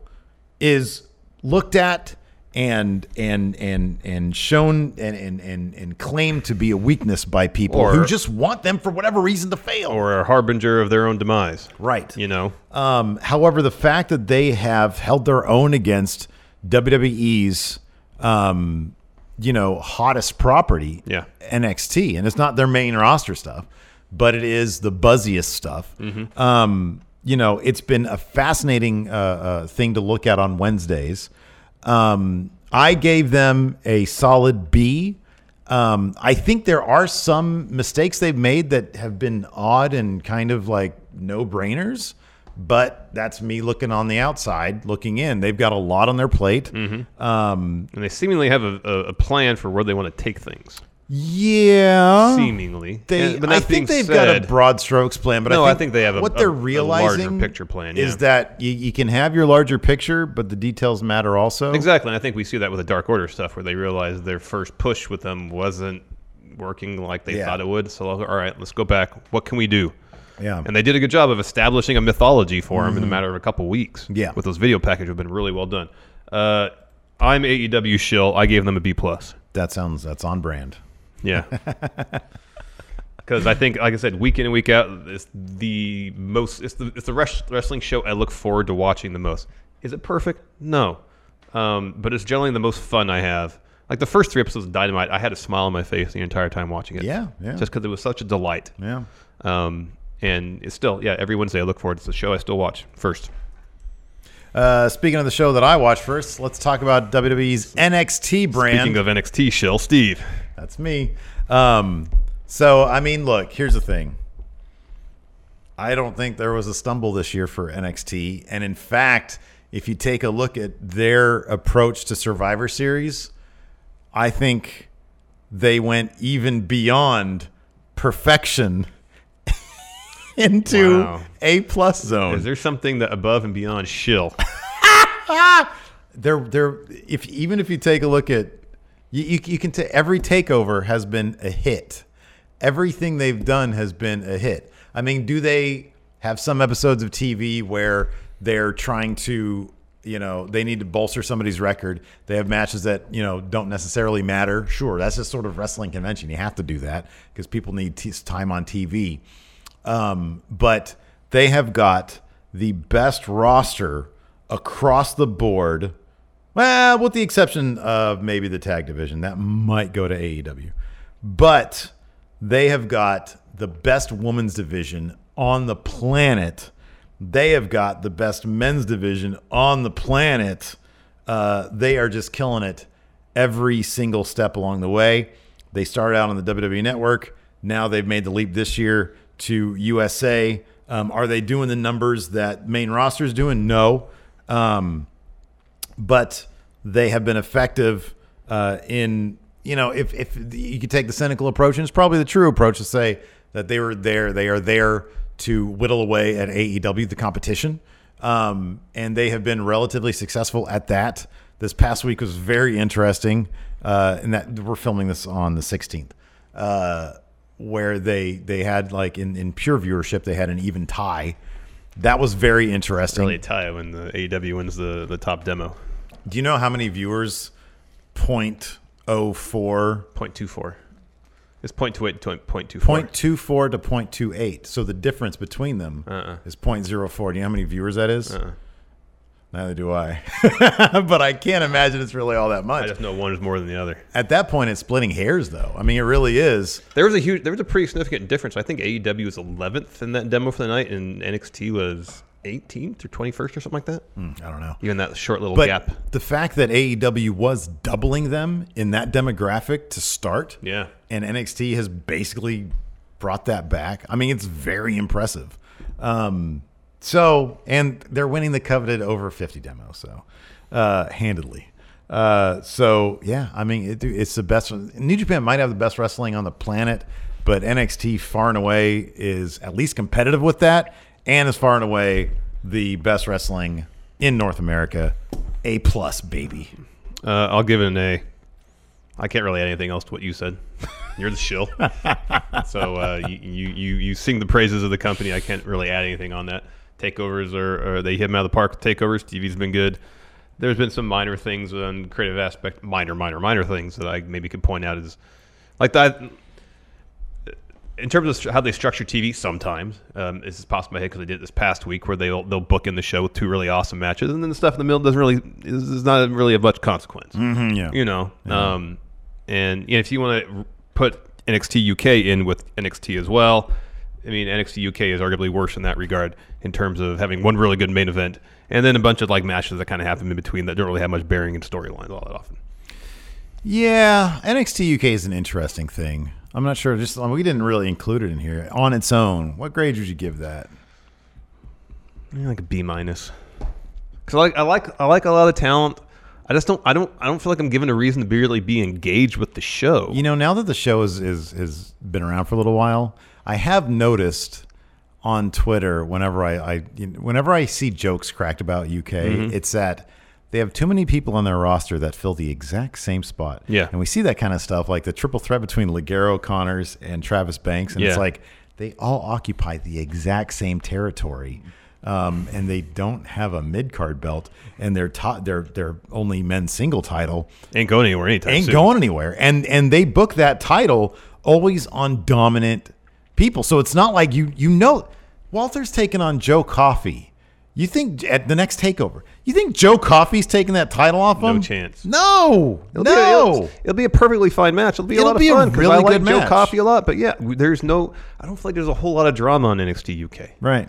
[SPEAKER 1] is looked at and and and and shown and and and, and claimed to be a weakness by people
[SPEAKER 2] Or-
[SPEAKER 1] who just want them for whatever reason to fail.
[SPEAKER 2] or a harbinger of their own demise.
[SPEAKER 1] Right.
[SPEAKER 2] You know.
[SPEAKER 1] Um, however, the fact that they have held their own against WWE's, um, you know, hottest property,
[SPEAKER 2] Yeah.
[SPEAKER 1] NXT, and it's not their main roster stuff, but it is the buzziest stuff. Um, you know, it's been a fascinating uh, uh, thing to look at on Wednesdays. Um, I gave them a solid B. Um, I think there are some mistakes they've made that have been odd and kind of like no brainers, but that's me looking on the outside, looking in. They've got a lot on their plate.
[SPEAKER 2] And they seemingly have a, a, a plan for where they want to take things.
[SPEAKER 1] Yeah.
[SPEAKER 2] seemingly.
[SPEAKER 1] They,
[SPEAKER 2] And- but
[SPEAKER 1] I
[SPEAKER 2] that being
[SPEAKER 1] think they've got a
[SPEAKER 2] said,
[SPEAKER 1] broad strokes plan, but
[SPEAKER 2] No,
[SPEAKER 1] I,
[SPEAKER 2] I
[SPEAKER 1] think
[SPEAKER 2] think they have a-
[SPEAKER 1] what
[SPEAKER 2] a-
[SPEAKER 1] they're
[SPEAKER 2] a larger
[SPEAKER 1] realizing
[SPEAKER 2] picture plan,
[SPEAKER 1] is
[SPEAKER 2] yeah.
[SPEAKER 1] that you, you can have your larger picture, but the details matter also.
[SPEAKER 2] Exactly, and I think we see that with the Dark Order stuff, where they realized their first push with them wasn't working like they
[SPEAKER 1] Yeah.
[SPEAKER 2] thought it would. So all right, let's go back. What can we do?
[SPEAKER 1] Yeah.
[SPEAKER 2] And they did a good job of establishing a mythology for him in a matter of a couple weeks.
[SPEAKER 1] Mm-hmm. Yeah.
[SPEAKER 2] With those video packages, have been really well done. Uh, I'm AEW shill. I gave them a B plus.
[SPEAKER 1] That sounds that's on brand.
[SPEAKER 2] Yeah. Because I think, like I said, week in and week out, it's the most. It's the it's the res- wrestling show I look forward to watching the most. Is it perfect? No, um, but it's generally the most fun I have. Like the first three episodes of Dynamite, I had a smile on my face the entire time watching it.
[SPEAKER 1] Yeah, yeah.
[SPEAKER 2] Just because it was such a delight.
[SPEAKER 1] Yeah.
[SPEAKER 2] Um, and it's still, yeah, every Wednesday I look forward. It's the show I still watch first.
[SPEAKER 1] Uh, speaking of the show that I watched first, let's talk about WWE's NXT brand.
[SPEAKER 2] Speaking of NXT, Shell Steve.
[SPEAKER 1] That's me. Um, so I mean, look, here's the thing. I don't think there was a stumble this year for NXT, and in fact, if you take a look at their approach to Survivor Series, I think they went even beyond perfection into
[SPEAKER 2] Wow.
[SPEAKER 1] a plus zone.
[SPEAKER 2] Is there something that above and beyond Shill?
[SPEAKER 1] they're they're if even if you take a look at you you, you can t- every takeover has been a hit. Everything they've done has been a hit. I mean, do they have some episodes of TV where they're trying to you know they need to bolster somebody's record they have matches that you know don't necessarily matter sure that's just sort of wrestling convention you have to do that because people need t- time on tv um, but they have got the best roster across the board. Well, with the exception of maybe the tag division, that might go to AEW. But they have got the best women's division on the planet. They have got the best men's division on the planet. Uh, they are just killing it every single step along the way. They started out on the WWE Network. Now they've made the leap this year to USA. Um, are they doing the numbers that main roster is doing? No. Um, but they have been effective uh, in, you know, if, if you could take the cynical approach, and it's probably the true approach to say that they were there, they are there to whittle away at AEW, the competition. Um, and they have been relatively successful at that. This past week was very interesting, uh, and that we're filming this on the 16th. Uh, where they they had like in in pure viewership they had an even tie. That was very interesting.
[SPEAKER 2] Really a tie when the AEW wins the, the top demo.
[SPEAKER 1] Do you know how many viewers? Point oh four.
[SPEAKER 2] 0.24. It's 0.28 to
[SPEAKER 1] 0.24
[SPEAKER 2] 0.24.
[SPEAKER 1] to 0.28. So the difference between them
[SPEAKER 2] Uh-uh.
[SPEAKER 1] is 0.04. Do you know how many viewers that is? Neither do I. but I can't imagine it's really all that
[SPEAKER 2] I
[SPEAKER 1] much.
[SPEAKER 2] just know one is more than the other.
[SPEAKER 1] At that point, it's splitting hairs, though. I mean, it really is.
[SPEAKER 2] There was a huge, there was a pretty significant difference. I think AEW was 11th in that demo for the night, and NXT was 18th or 21st or something like that.
[SPEAKER 1] I don't know.
[SPEAKER 2] Even that short little
[SPEAKER 1] Hmm. But
[SPEAKER 2] gap.
[SPEAKER 1] the fact that AEW was doubling them in that demographic to start,
[SPEAKER 2] Yeah.
[SPEAKER 1] and NXT has basically brought that back. I mean, it's very impressive. Um, so, and they're winning the coveted over 50 demo, so uh, handedly. Uh, so yeah, I mean, it, it's the best. New Japan might have the best wrestling on the planet, but NXT far and away is at least competitive with that, and is far and away the best wrestling in North America. A plus, baby.
[SPEAKER 2] Uh, I'll give it an A. I can't really add anything else to what you said. You're the shill. so uh, you, you you you sing the praises of the company. I can't really add anything on that. Takeovers are, are they hit them out of the park. with Takeovers. TV's been good. There's been some minor things on creative aspect, minor, minor, minor things that I maybe could point out is like that. In terms of stru- how they structure TV, sometimes um, this is possible my head because I did it this past week where they'll they'll book in the show with two really awesome matches, and then the stuff in the middle doesn't really is, is not really of much consequence
[SPEAKER 1] Yeah.
[SPEAKER 2] you know. Um, and you know, if you want to put NXT UK in with NXT as well, I mean, NXT UK is arguably worse in that regard in terms of having one really good main event and then a bunch of like matches that kind of happen in between that don't really have much bearing in storylines all that often.
[SPEAKER 1] Yeah, NXT UK is an interesting thing. I'm not sure. Just we didn't really include it in here on its own. What grade would you give that?
[SPEAKER 2] Yeah, like a B minus. Because I like I like I like a lot of talent. I just don't I don't I don't feel like I'm given a reason to really be engaged with the show.
[SPEAKER 1] You know, now that the show is, is has been around for a little while, I have noticed on Twitter whenever I, I you know, whenever I see jokes cracked about UK,
[SPEAKER 2] Mm-hmm.
[SPEAKER 1] it's that they have too many people on their roster that fill the exact same spot.
[SPEAKER 2] Yeah.
[SPEAKER 1] and we see that kind of stuff, like the triple threat between Ligero Connors and Travis Banks, and it's
[SPEAKER 2] Yeah.
[SPEAKER 1] like they all occupy the exact same territory. Um, and they don't have a mid card belt, and their top, their their only men's single title
[SPEAKER 2] ain't going anywhere anytime
[SPEAKER 1] ain't
[SPEAKER 2] soon.
[SPEAKER 1] going anywhere. And and they book that title always on dominant people. So it's not like you you know Walter's taking on Joe Coffey. You think at the next takeover, you think Joe Coffey's taking that title off
[SPEAKER 2] No
[SPEAKER 1] him?
[SPEAKER 2] chance.
[SPEAKER 1] No,
[SPEAKER 2] It'll be a-
[SPEAKER 1] no.
[SPEAKER 2] it'll, it'll be a perfectly fine match. It'll be
[SPEAKER 1] It'll
[SPEAKER 2] a lot
[SPEAKER 1] be a
[SPEAKER 2] of fun. 'cause
[SPEAKER 1] really
[SPEAKER 2] I like
[SPEAKER 1] good
[SPEAKER 2] Joe
[SPEAKER 1] match.
[SPEAKER 2] Coffey a lot, but yeah, w- there's no. I don't feel like there's a whole lot of drama on NXT UK.
[SPEAKER 1] right.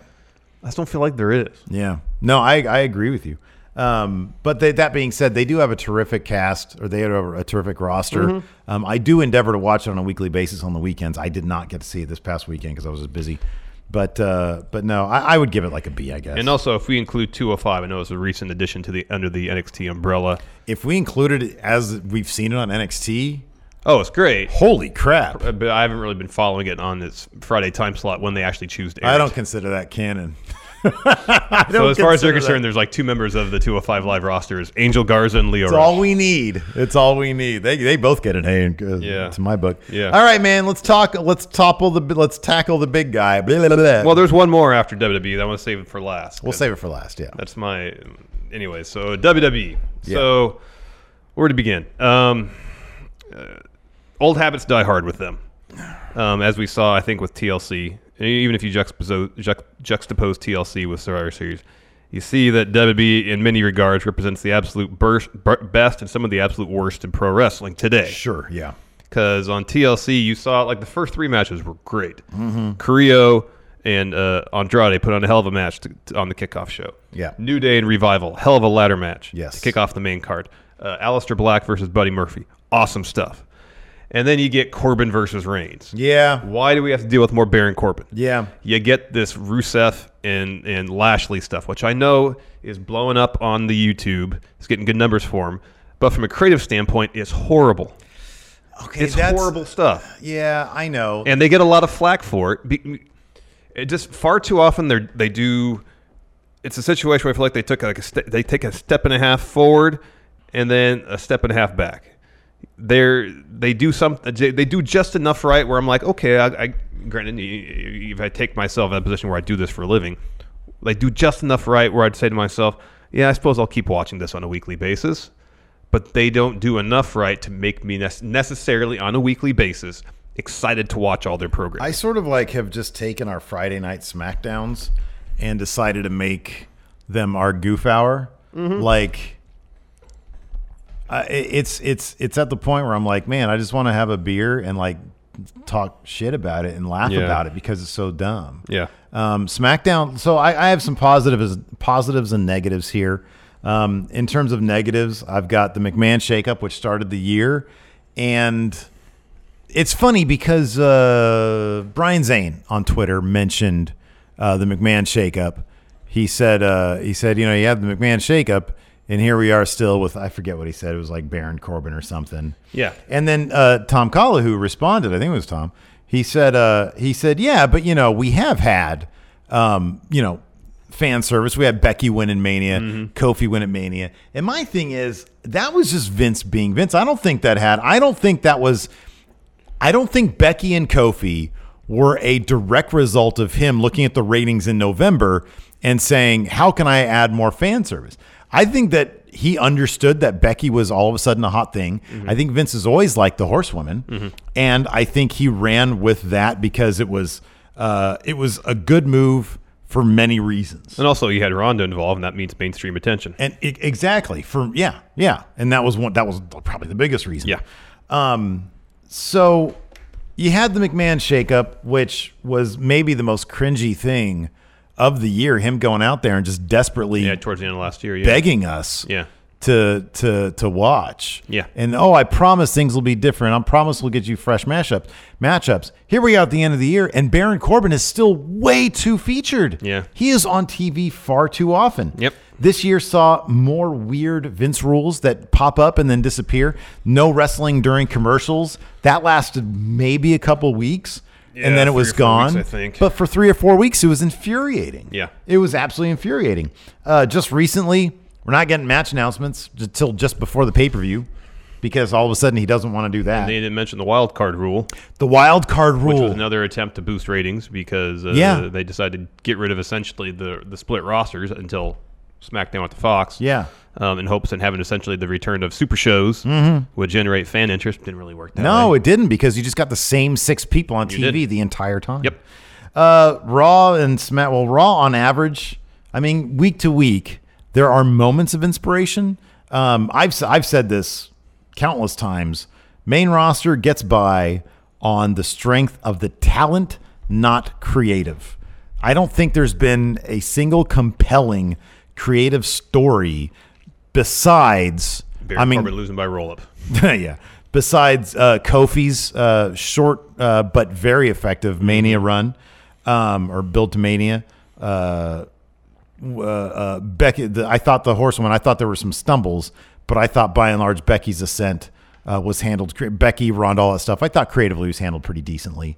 [SPEAKER 2] I just don't feel like there is.
[SPEAKER 1] Yeah. No, I, I agree with you. Um, but they, that being said, they do have a terrific cast, or they have a, a terrific roster.
[SPEAKER 2] Mm-hmm.
[SPEAKER 1] Um, I do endeavor to watch it on a weekly basis on the weekends. I did not get to see it this past weekend because I was just busy. But uh, but no, I, I would give it like a B, I guess.
[SPEAKER 2] And also, if we include 205, I know it's a recent addition to the under the NXT umbrella.
[SPEAKER 1] if we included it as we've seen it on NXT,
[SPEAKER 2] Oh, it's great.
[SPEAKER 1] holy crap!
[SPEAKER 2] Uh, But I haven't really been following it on its Friday time slot when they actually choose to. Air
[SPEAKER 1] I
[SPEAKER 2] it.
[SPEAKER 1] don't consider that canon. I
[SPEAKER 2] So
[SPEAKER 1] don't
[SPEAKER 2] as far as
[SPEAKER 1] consider
[SPEAKER 2] you're
[SPEAKER 1] that.
[SPEAKER 2] concerned, there's like two members of the 205 Live rosters: Angel Garza and Leo.
[SPEAKER 1] It's
[SPEAKER 2] Rush.
[SPEAKER 1] all we need. It's all we need. They, they both get an A in, uh,
[SPEAKER 2] Yeah.
[SPEAKER 1] to my book.
[SPEAKER 2] Yeah.
[SPEAKER 1] All right, man. Let's talk. Let's topple the. Let's tackle the big guy. Blah, blah, blah, blah.
[SPEAKER 2] well, there's one more after WWE. That I want to save it for last.
[SPEAKER 1] we'll save it for last. Yeah.
[SPEAKER 2] That's my. Anyway, so WWE. So where to begin? Um, uh, old habits die hard with them, um, as we saw, I think, with TLC. And e-, Even if you juxtapose, juxt- juxtapose TLC with Survivor Series, you see that WWE, in many regards, represents the absolute burst, bur- best and some of the absolute worst in pro wrestling today.
[SPEAKER 1] Sure. Yeah.
[SPEAKER 2] because on TLC you saw like the first three matches were great.
[SPEAKER 1] Mm-hmm.
[SPEAKER 2] mm Carrillo and uh, Andrade put on a hell of a match to, to- on the kickoff show.
[SPEAKER 1] Yeah.
[SPEAKER 2] New Day and Revival, hell of a ladder match.
[SPEAKER 1] Yes.
[SPEAKER 2] to kick off the main card. Uh, Alistair Black versus Buddy Murphy, awesome stuff. And then you get Corbin versus Reigns.
[SPEAKER 1] Yeah.
[SPEAKER 2] Why do we have to deal with more Baron Corbin?
[SPEAKER 1] Yeah.
[SPEAKER 2] You get this Rusev and, and Lashley stuff, which I know is blowing up on the YouTube. It's getting good numbers for him. But from a creative standpoint, it's horrible.
[SPEAKER 1] Okay.
[SPEAKER 2] It's horrible stuff
[SPEAKER 1] Yeah, I know.
[SPEAKER 2] and they get a lot of flack for it. Be- it just far too often they they do. It's a situation where I feel like they took like a ste- they take a step and a half forward, and then a step and a half back. They're they do some they do just enough right where I'm like okay I, I granted y- if I take myself in a position where I do this for a living, they do just enough right where I'd say to myself yeah I suppose I'll keep watching this on a weekly basis but they don't do enough right to make me nec- necessarily on a weekly basis excited to watch all their
[SPEAKER 1] I
[SPEAKER 2] programs.
[SPEAKER 1] sort of like have just taken our Friday night Smackdowns and decided to make them our goof hour.
[SPEAKER 2] Mm-hmm.
[SPEAKER 1] Like, uh, it- it's it's it's at the point where I'm like, man, I just want to have a beer and like talk shit about it and laugh
[SPEAKER 2] Yeah.
[SPEAKER 1] about it because it's so dumb.
[SPEAKER 2] Yeah.
[SPEAKER 1] Um, SmackDown. So I, I have some positives, positives and negatives here. Um, in terms of negatives, I've got the McMahon shakeup, which started the year, and it's funny because uh, Brian Zane on Twitter mentioned uh, the McMahon shakeup. He said, uh, he said, you know, you have the McMahon shakeup, and here we are still with I forget what he said. It was like Baron Corbin or something.
[SPEAKER 2] Yeah.
[SPEAKER 1] And then uh, Tom Collier, who responded, I think it was Tom. He said, uh, he said, yeah, but you know, we have had, um, you know, fan service. We had Becky win in Mania, Kofi win at Mania, and my thing is that was just Vince being Vince. I don't think that had. I don't think that was. I don't think Becky and Kofi were a direct result of him looking at the ratings in November and saying, How can I add more fan service? I think that he understood that Becky was all of a sudden a hot thing. I think Vince has always liked the horsewoman. And I think he ran with that because it was uh, it was a good move for many reasons.
[SPEAKER 2] And also, you had Ronda involved, and that means mainstream attention.
[SPEAKER 1] And e- exactly for yeah, yeah. And that was one that was probably the biggest reason.
[SPEAKER 2] Yeah.
[SPEAKER 1] Um, so you had the McMahon shakeup, which was maybe the most cringy thing of the year. Him going out there and just desperately
[SPEAKER 2] Yeah, towards the end of last year. Yeah.
[SPEAKER 1] begging us
[SPEAKER 2] Yeah.
[SPEAKER 1] to to to watch.
[SPEAKER 2] Yeah.
[SPEAKER 1] And oh, I promise things will be different. I promise we'll get you fresh mashups matchups. Here we are at the end of the year, and Baron Corbin is still way too featured.
[SPEAKER 2] Yeah.
[SPEAKER 1] He is on TV far too often.
[SPEAKER 2] Yep.
[SPEAKER 1] This year saw more weird Vince rules that pop up and then disappear. No wrestling during commercials. That lasted maybe a couple weeks. and
[SPEAKER 2] Yeah,
[SPEAKER 1] then it
[SPEAKER 2] three
[SPEAKER 1] was
[SPEAKER 2] or four weeks,
[SPEAKER 1] gone.
[SPEAKER 2] I think.
[SPEAKER 1] But for three or four weeks, it was infuriating.
[SPEAKER 2] Yeah.
[SPEAKER 1] It was absolutely infuriating. Uh, just recently, we're not getting match announcements until just before the pay per view because all of a sudden he doesn't want to do that.
[SPEAKER 2] They didn't mention the wild card rule,
[SPEAKER 1] the wild card
[SPEAKER 2] which
[SPEAKER 1] rule.
[SPEAKER 2] was another attempt to boost ratings because uh,
[SPEAKER 1] Yeah.
[SPEAKER 2] they decided to get rid of essentially the the split rosters until SmackDown with the Fox.
[SPEAKER 1] Yeah.
[SPEAKER 2] Um, in hopes and having essentially the return of super shows would generate fan interest. Didn't really work that
[SPEAKER 1] Mm-hmm. no,
[SPEAKER 2] way.
[SPEAKER 1] it didn't because you just got the same six people on TV
[SPEAKER 2] did.
[SPEAKER 1] the entire time.
[SPEAKER 2] Yep.
[SPEAKER 1] Uh, Raw and Smack. Well, Raw on average, I mean, week to week, there are moments of inspiration. Um, I've s- I've said this countless times. Main roster gets by on the strength of the talent, not creative. I don't think there's been a single compelling creative story besides.
[SPEAKER 2] Baron
[SPEAKER 1] I mean,
[SPEAKER 2] Corbin losing by roll up.
[SPEAKER 1] yeah. Besides uh, Kofi's uh, short uh, but very effective Mania run, um, or build to Mania, uh, w- uh, uh, Becky. The, I thought the horsewoman. I thought there were some stumbles, but I thought by and large Becky's ascent uh, was handled. cre- Becky Rond, all that stuff. I thought creatively was handled pretty decently.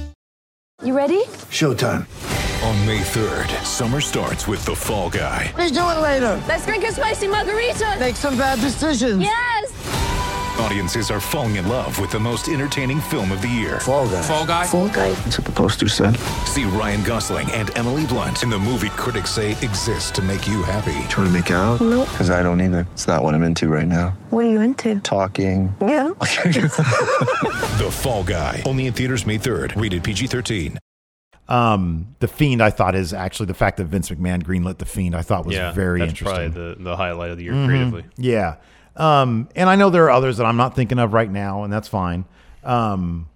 [SPEAKER 4] You ready?
[SPEAKER 5] Showtime.
[SPEAKER 6] On May 3rd, summer starts with The Fall Guy.
[SPEAKER 5] Let's do it later.
[SPEAKER 4] Let's drink a spicy margarita.
[SPEAKER 5] Make some bad decisions.
[SPEAKER 4] Yes.
[SPEAKER 6] Audiences are falling in love with the most entertaining film of the year.
[SPEAKER 5] Fall guy. Fall guy.
[SPEAKER 4] Full guy.
[SPEAKER 5] That's what the poster said.
[SPEAKER 6] See Ryan Gosling and Emily Blunt in the movie critics say exists to make you happy.
[SPEAKER 5] Trying to make it out? Because I don't either. It's not what I'm into right now.
[SPEAKER 4] What are you into?
[SPEAKER 5] Talking.
[SPEAKER 4] Yeah.
[SPEAKER 6] The Fall Guy. Only in theaters May 3rd. Rated PG 13.
[SPEAKER 1] Um, the Fiend, I thought, is actually the fact that Vince McMahon greenlit The Fiend. I thought was
[SPEAKER 2] yeah,
[SPEAKER 1] very
[SPEAKER 2] that's
[SPEAKER 1] interesting. Mm-hmm.
[SPEAKER 2] probably the, the highlight of the year creatively.
[SPEAKER 1] Yeah. Um, and I know there are others that I'm not thinking of right now, and that's fine. Um,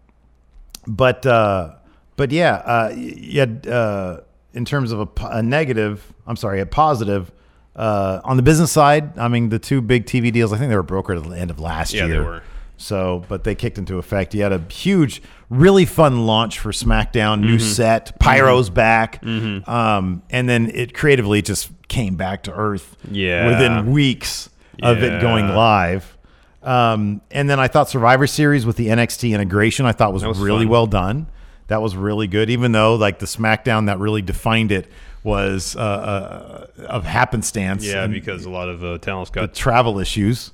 [SPEAKER 1] but uh, but yeah, uh, y- you had, uh, in terms of a, po- a negative, I'm sorry, a positive. Uh, on the business side, I mean, the two big TV deals, I think they were brokered at the end of last
[SPEAKER 2] Yeah, they
[SPEAKER 1] year.
[SPEAKER 2] were.
[SPEAKER 1] So, but they kicked into effect. You had a huge, really fun launch for SmackDown, new
[SPEAKER 2] Mm-hmm.
[SPEAKER 1] set, Pyro's back, um, and then it creatively just came back to earth.
[SPEAKER 2] Yeah.
[SPEAKER 1] within weeks of it going
[SPEAKER 2] Yeah.
[SPEAKER 1] live. Um, and then I thought Survivor Series with the NXT integration, I thought was,
[SPEAKER 2] was
[SPEAKER 1] really
[SPEAKER 2] fun.
[SPEAKER 1] well done. That was really good, even though like the SmackDown that really defined it was uh, uh, of happenstance.
[SPEAKER 2] Yeah,
[SPEAKER 1] and
[SPEAKER 2] because a lot of uh, talents
[SPEAKER 1] the
[SPEAKER 2] got
[SPEAKER 1] travel issues.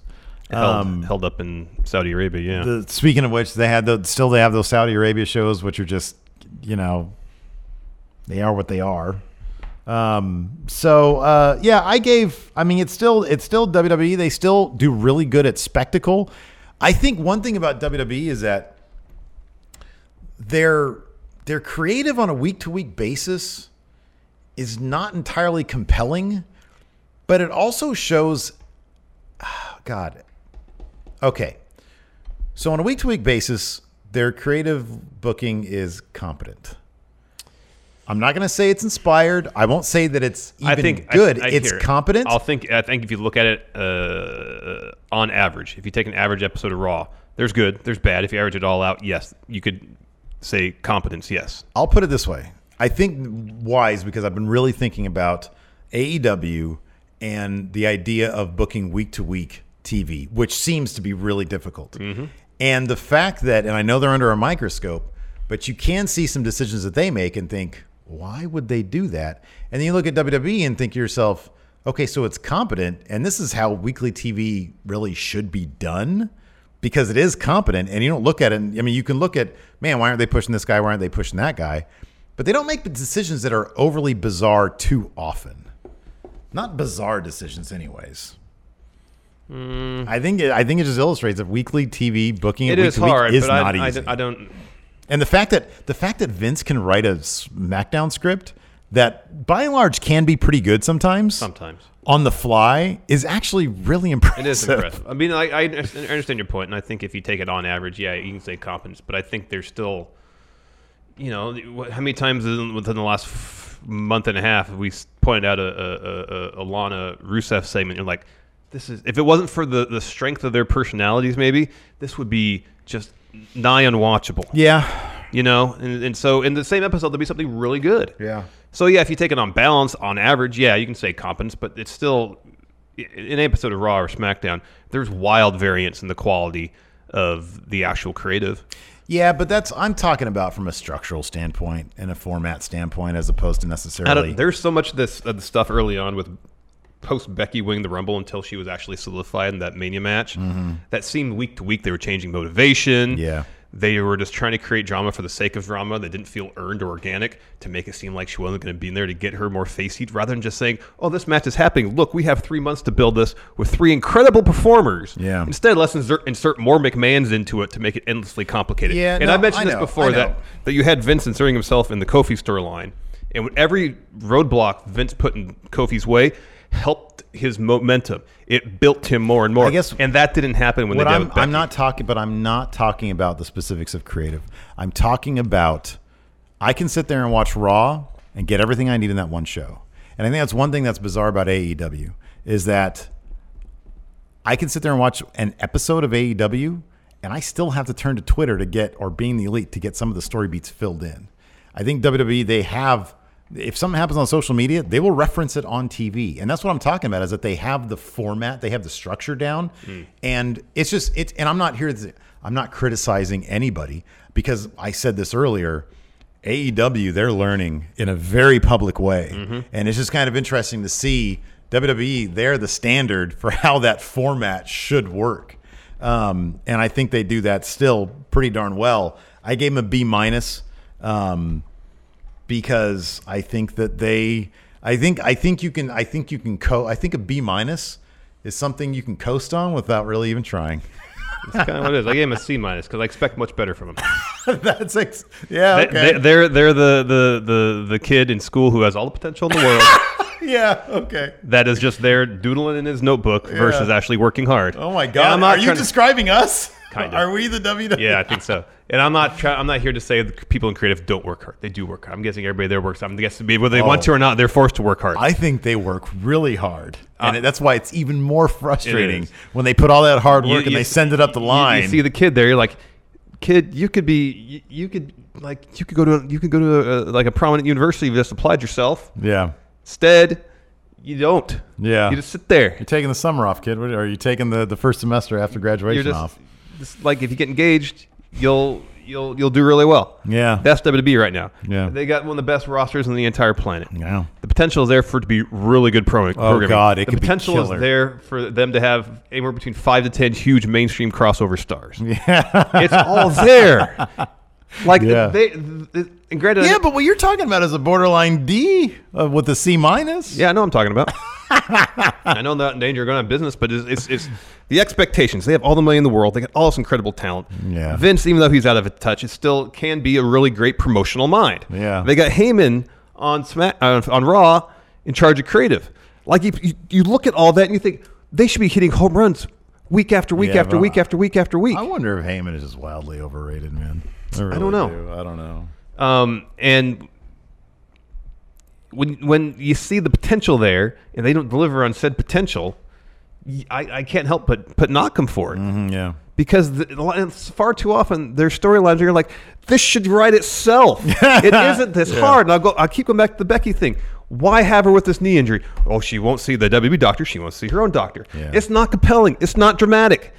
[SPEAKER 2] held,
[SPEAKER 1] um,
[SPEAKER 2] held up in Saudi Arabia. Yeah,
[SPEAKER 1] The, speaking of which, they had the, still they have those Saudi Arabia shows, which are just you know they are what they are. Um, so uh, yeah, I gave. I mean, it's still it's still WWE. They still do really good at spectacle. I think one thing about WWE is that they're they're creative on a week to week basis is not entirely compelling, but it also shows. God, okay. So on a week to week basis, their creative booking is competent. I'm not going to say it's inspired. I won't say that it's even
[SPEAKER 2] I-
[SPEAKER 1] good.
[SPEAKER 2] I
[SPEAKER 1] it's
[SPEAKER 2] hear it.
[SPEAKER 1] competent.
[SPEAKER 2] I'll think. I think if you look at it uh, on average, if you take an average episode of Raw, there's good, there's bad. If you average it all out, yes, you could say competence. Yes,
[SPEAKER 1] I'll put it this way. I think wise because I've been really thinking about AEW and the idea of booking week to week TV, which seems to be really difficult. And the fact that, and I know they're under a microscope, but you can see some decisions that they make and think, why would they do that? And then you look at WWE and think to yourself, okay, so it's competent, and this is how weekly TV really should be done because it is competent and you don't look at it. And, I mean, you can look at, man, why aren't they pushing this guy? Why aren't they pushing that guy? But they don't make the decisions that are overly bizarre too often. Not bizarre decisions, anyways. I think it, I think it just illustrates that weekly TV booking it
[SPEAKER 2] Hmm. it
[SPEAKER 1] week
[SPEAKER 2] is
[SPEAKER 1] to week
[SPEAKER 2] hard,
[SPEAKER 1] is
[SPEAKER 2] but
[SPEAKER 1] not
[SPEAKER 2] I, I
[SPEAKER 1] easy.
[SPEAKER 2] don't- I, don't.
[SPEAKER 1] and the fact that the fact that Vince can write a SmackDown script that by and large can be pretty good sometimes,
[SPEAKER 2] Sometimes
[SPEAKER 1] on the fly is actually really impressive.
[SPEAKER 2] it is impressive. I mean, I, I understand I understand your point, and I think if you take it on average, yeah, you can say competence. But I think there's still, you know, what- how many times in- within the last f- month and a half have we s- pointed out a, a, a, a Lana Rusev segment? You're like, this is if it wasn't for the the strength of their personalities, maybe this would be just nigh unwatchable.
[SPEAKER 1] Yeah,
[SPEAKER 2] You know, and, and so in the same episode, there'll be something really good.
[SPEAKER 1] Yeah.
[SPEAKER 2] So yeah, if you take it on balance, on average, yeah, you can say competence, but it's still i- in an episode of Raw or SmackDown. There's wild variance in the quality of the actual creative.
[SPEAKER 1] Yeah, but that's I'm talking about from a structural standpoint and a format standpoint, as opposed to necessarily.
[SPEAKER 2] I don't- there's so much of this of the stuff early on with post Becky winning the Rumble until she was actually solidified in that Mania match that seemed week to week they were changing motivation.
[SPEAKER 1] Mm-hmm. Yeah.
[SPEAKER 2] They were just trying to create drama for the sake of drama that didn't feel earned or organic to make it seem like she wasn't going to be in there to get her more face heat rather than just saying, oh, this match is happening. Look, we have three months to build this with three incredible performers.
[SPEAKER 1] Yeah.
[SPEAKER 2] Instead, let's insert, insert more McMahons into it to make it endlessly complicated.
[SPEAKER 1] Yeah,
[SPEAKER 2] and
[SPEAKER 1] no,
[SPEAKER 2] I mentioned
[SPEAKER 1] I
[SPEAKER 2] this
[SPEAKER 1] know, I
[SPEAKER 2] before
[SPEAKER 1] know.
[SPEAKER 2] that that you had Vince inserting himself in the Kofi storyline, and with every roadblock Vince put in Kofi's way, helped his momentum. It built him more and more.
[SPEAKER 1] I guess-
[SPEAKER 2] and that didn't happen when they
[SPEAKER 1] What
[SPEAKER 2] did it
[SPEAKER 1] I'm,
[SPEAKER 2] with
[SPEAKER 1] I'm
[SPEAKER 2] Becky.
[SPEAKER 1] not talking, but I'm not talking about the specifics of creative. I'm talking about I can sit there and watch Raw and get everything I need in that one show. And I think that's one thing that's bizarre about AEW is that I can sit there and watch an episode of AEW and I still have to turn to Twitter to get or being the elite to get some of the story beats filled in. I think WWE they have if something happens on social media, they will reference it on TV. And that's what I'm talking about is that they have the format, they have the structure down. And it's just it's and I'm not here to, I'm not criticizing anybody because I said this earlier. AEW, E they're learning in a very public way.
[SPEAKER 2] Mm-hmm.
[SPEAKER 1] And it's just kind of interesting to see WWE, they're the standard for how that format should work. Um, and I think they do that still pretty darn well. I gave them a B minus um, because I think that they, I think, I think you can, I think you can co, I think a B minus is something you can coast on without really even trying.
[SPEAKER 2] That's kind of what it is. I gave him a C minus because I expect much better from him.
[SPEAKER 1] That's ex- yeah,
[SPEAKER 2] They-
[SPEAKER 1] okay,
[SPEAKER 2] they, they're they're the, the the the kid in school who has all the potential in the world
[SPEAKER 1] yeah, okay.
[SPEAKER 2] that is just there doodling in his notebook versus actually working hard.
[SPEAKER 1] Oh my
[SPEAKER 2] And
[SPEAKER 1] God!
[SPEAKER 2] I'm not
[SPEAKER 1] Are you
[SPEAKER 2] trying to-
[SPEAKER 1] describing us?
[SPEAKER 2] Kind of.
[SPEAKER 1] Are we the E? WWE?
[SPEAKER 2] Yeah, I think so. And I'm not try- I'm not here to say that people in creative don't work hard. They do work hard. I'm guessing everybody there works. I'm guessing whether they want to or not, they're forced to work hard.
[SPEAKER 1] Oh. I think they work really hard, and that's why it's even more
[SPEAKER 2] Uh, It
[SPEAKER 1] frustrating
[SPEAKER 2] is.
[SPEAKER 1] when they put all that hard
[SPEAKER 2] You-
[SPEAKER 1] work and
[SPEAKER 2] you
[SPEAKER 1] they
[SPEAKER 2] s-
[SPEAKER 1] send it up the
[SPEAKER 2] you-
[SPEAKER 1] line.
[SPEAKER 2] You, see the kid there. You're like, kid, you could be, you, you could like, you could go to, a, you could go to a, like a prominent university. if You just applied yourself.
[SPEAKER 1] yeah,
[SPEAKER 2] Instead, you don't.
[SPEAKER 1] Yeah.
[SPEAKER 2] you just sit there.
[SPEAKER 1] you're taking the summer off, kid. What- Are you taking the, the first semester after
[SPEAKER 2] You're
[SPEAKER 1] graduation
[SPEAKER 2] just,
[SPEAKER 1] off?
[SPEAKER 2] just like if you get engaged, you'll you'll you'll do really well.
[SPEAKER 1] Yeah.
[SPEAKER 2] that's WWE right now.
[SPEAKER 1] Yeah.
[SPEAKER 2] they got one of the best rosters on the entire planet.
[SPEAKER 1] Yeah.
[SPEAKER 2] The potential is there for it to be really good pro- programming.
[SPEAKER 1] Oh, God, it
[SPEAKER 2] the
[SPEAKER 1] could be
[SPEAKER 2] potential
[SPEAKER 1] killer.
[SPEAKER 2] is there for them to have anywhere between five to ten huge mainstream crossover stars. it's all there. Like
[SPEAKER 1] Yeah.
[SPEAKER 2] they, th- and granted,
[SPEAKER 1] Yeah, but what you're talking about is a borderline D uh, with a C minus.
[SPEAKER 2] yeah, I know what I'm talking about. I know they're not in danger of going out of business, but it's, it's, it's the expectations. They have all the money in the world. They got all this incredible talent.
[SPEAKER 1] Yeah.
[SPEAKER 2] Vince, even though he's out of touch, it still can be a really great promotional mind.
[SPEAKER 1] Yeah.
[SPEAKER 2] They got Heyman on Smack uh, on Raw in charge of creative. Like you, you, you look at all that and you think they should be hitting home runs week after week
[SPEAKER 1] Yeah,
[SPEAKER 2] after
[SPEAKER 1] but
[SPEAKER 2] week after week after week.
[SPEAKER 1] I wonder if Heyman is just wildly overrated, man. I, really
[SPEAKER 2] don't know.
[SPEAKER 1] do. I don't know.
[SPEAKER 2] Um, and when when you see the potential there and they don't deliver on said potential, y- I, I can't help but but knock them for it
[SPEAKER 1] Mm, Yeah.
[SPEAKER 2] because the, a lot- it's far too often their storylines are like this should write itself. it isn't this hard. And I'll go. I'll keep going back to the Becky thing. Why have her with this knee injury? Oh, she won't see the WB doctor. She won't see her own doctor.
[SPEAKER 1] Yeah.
[SPEAKER 2] It's not compelling. It's not dramatic.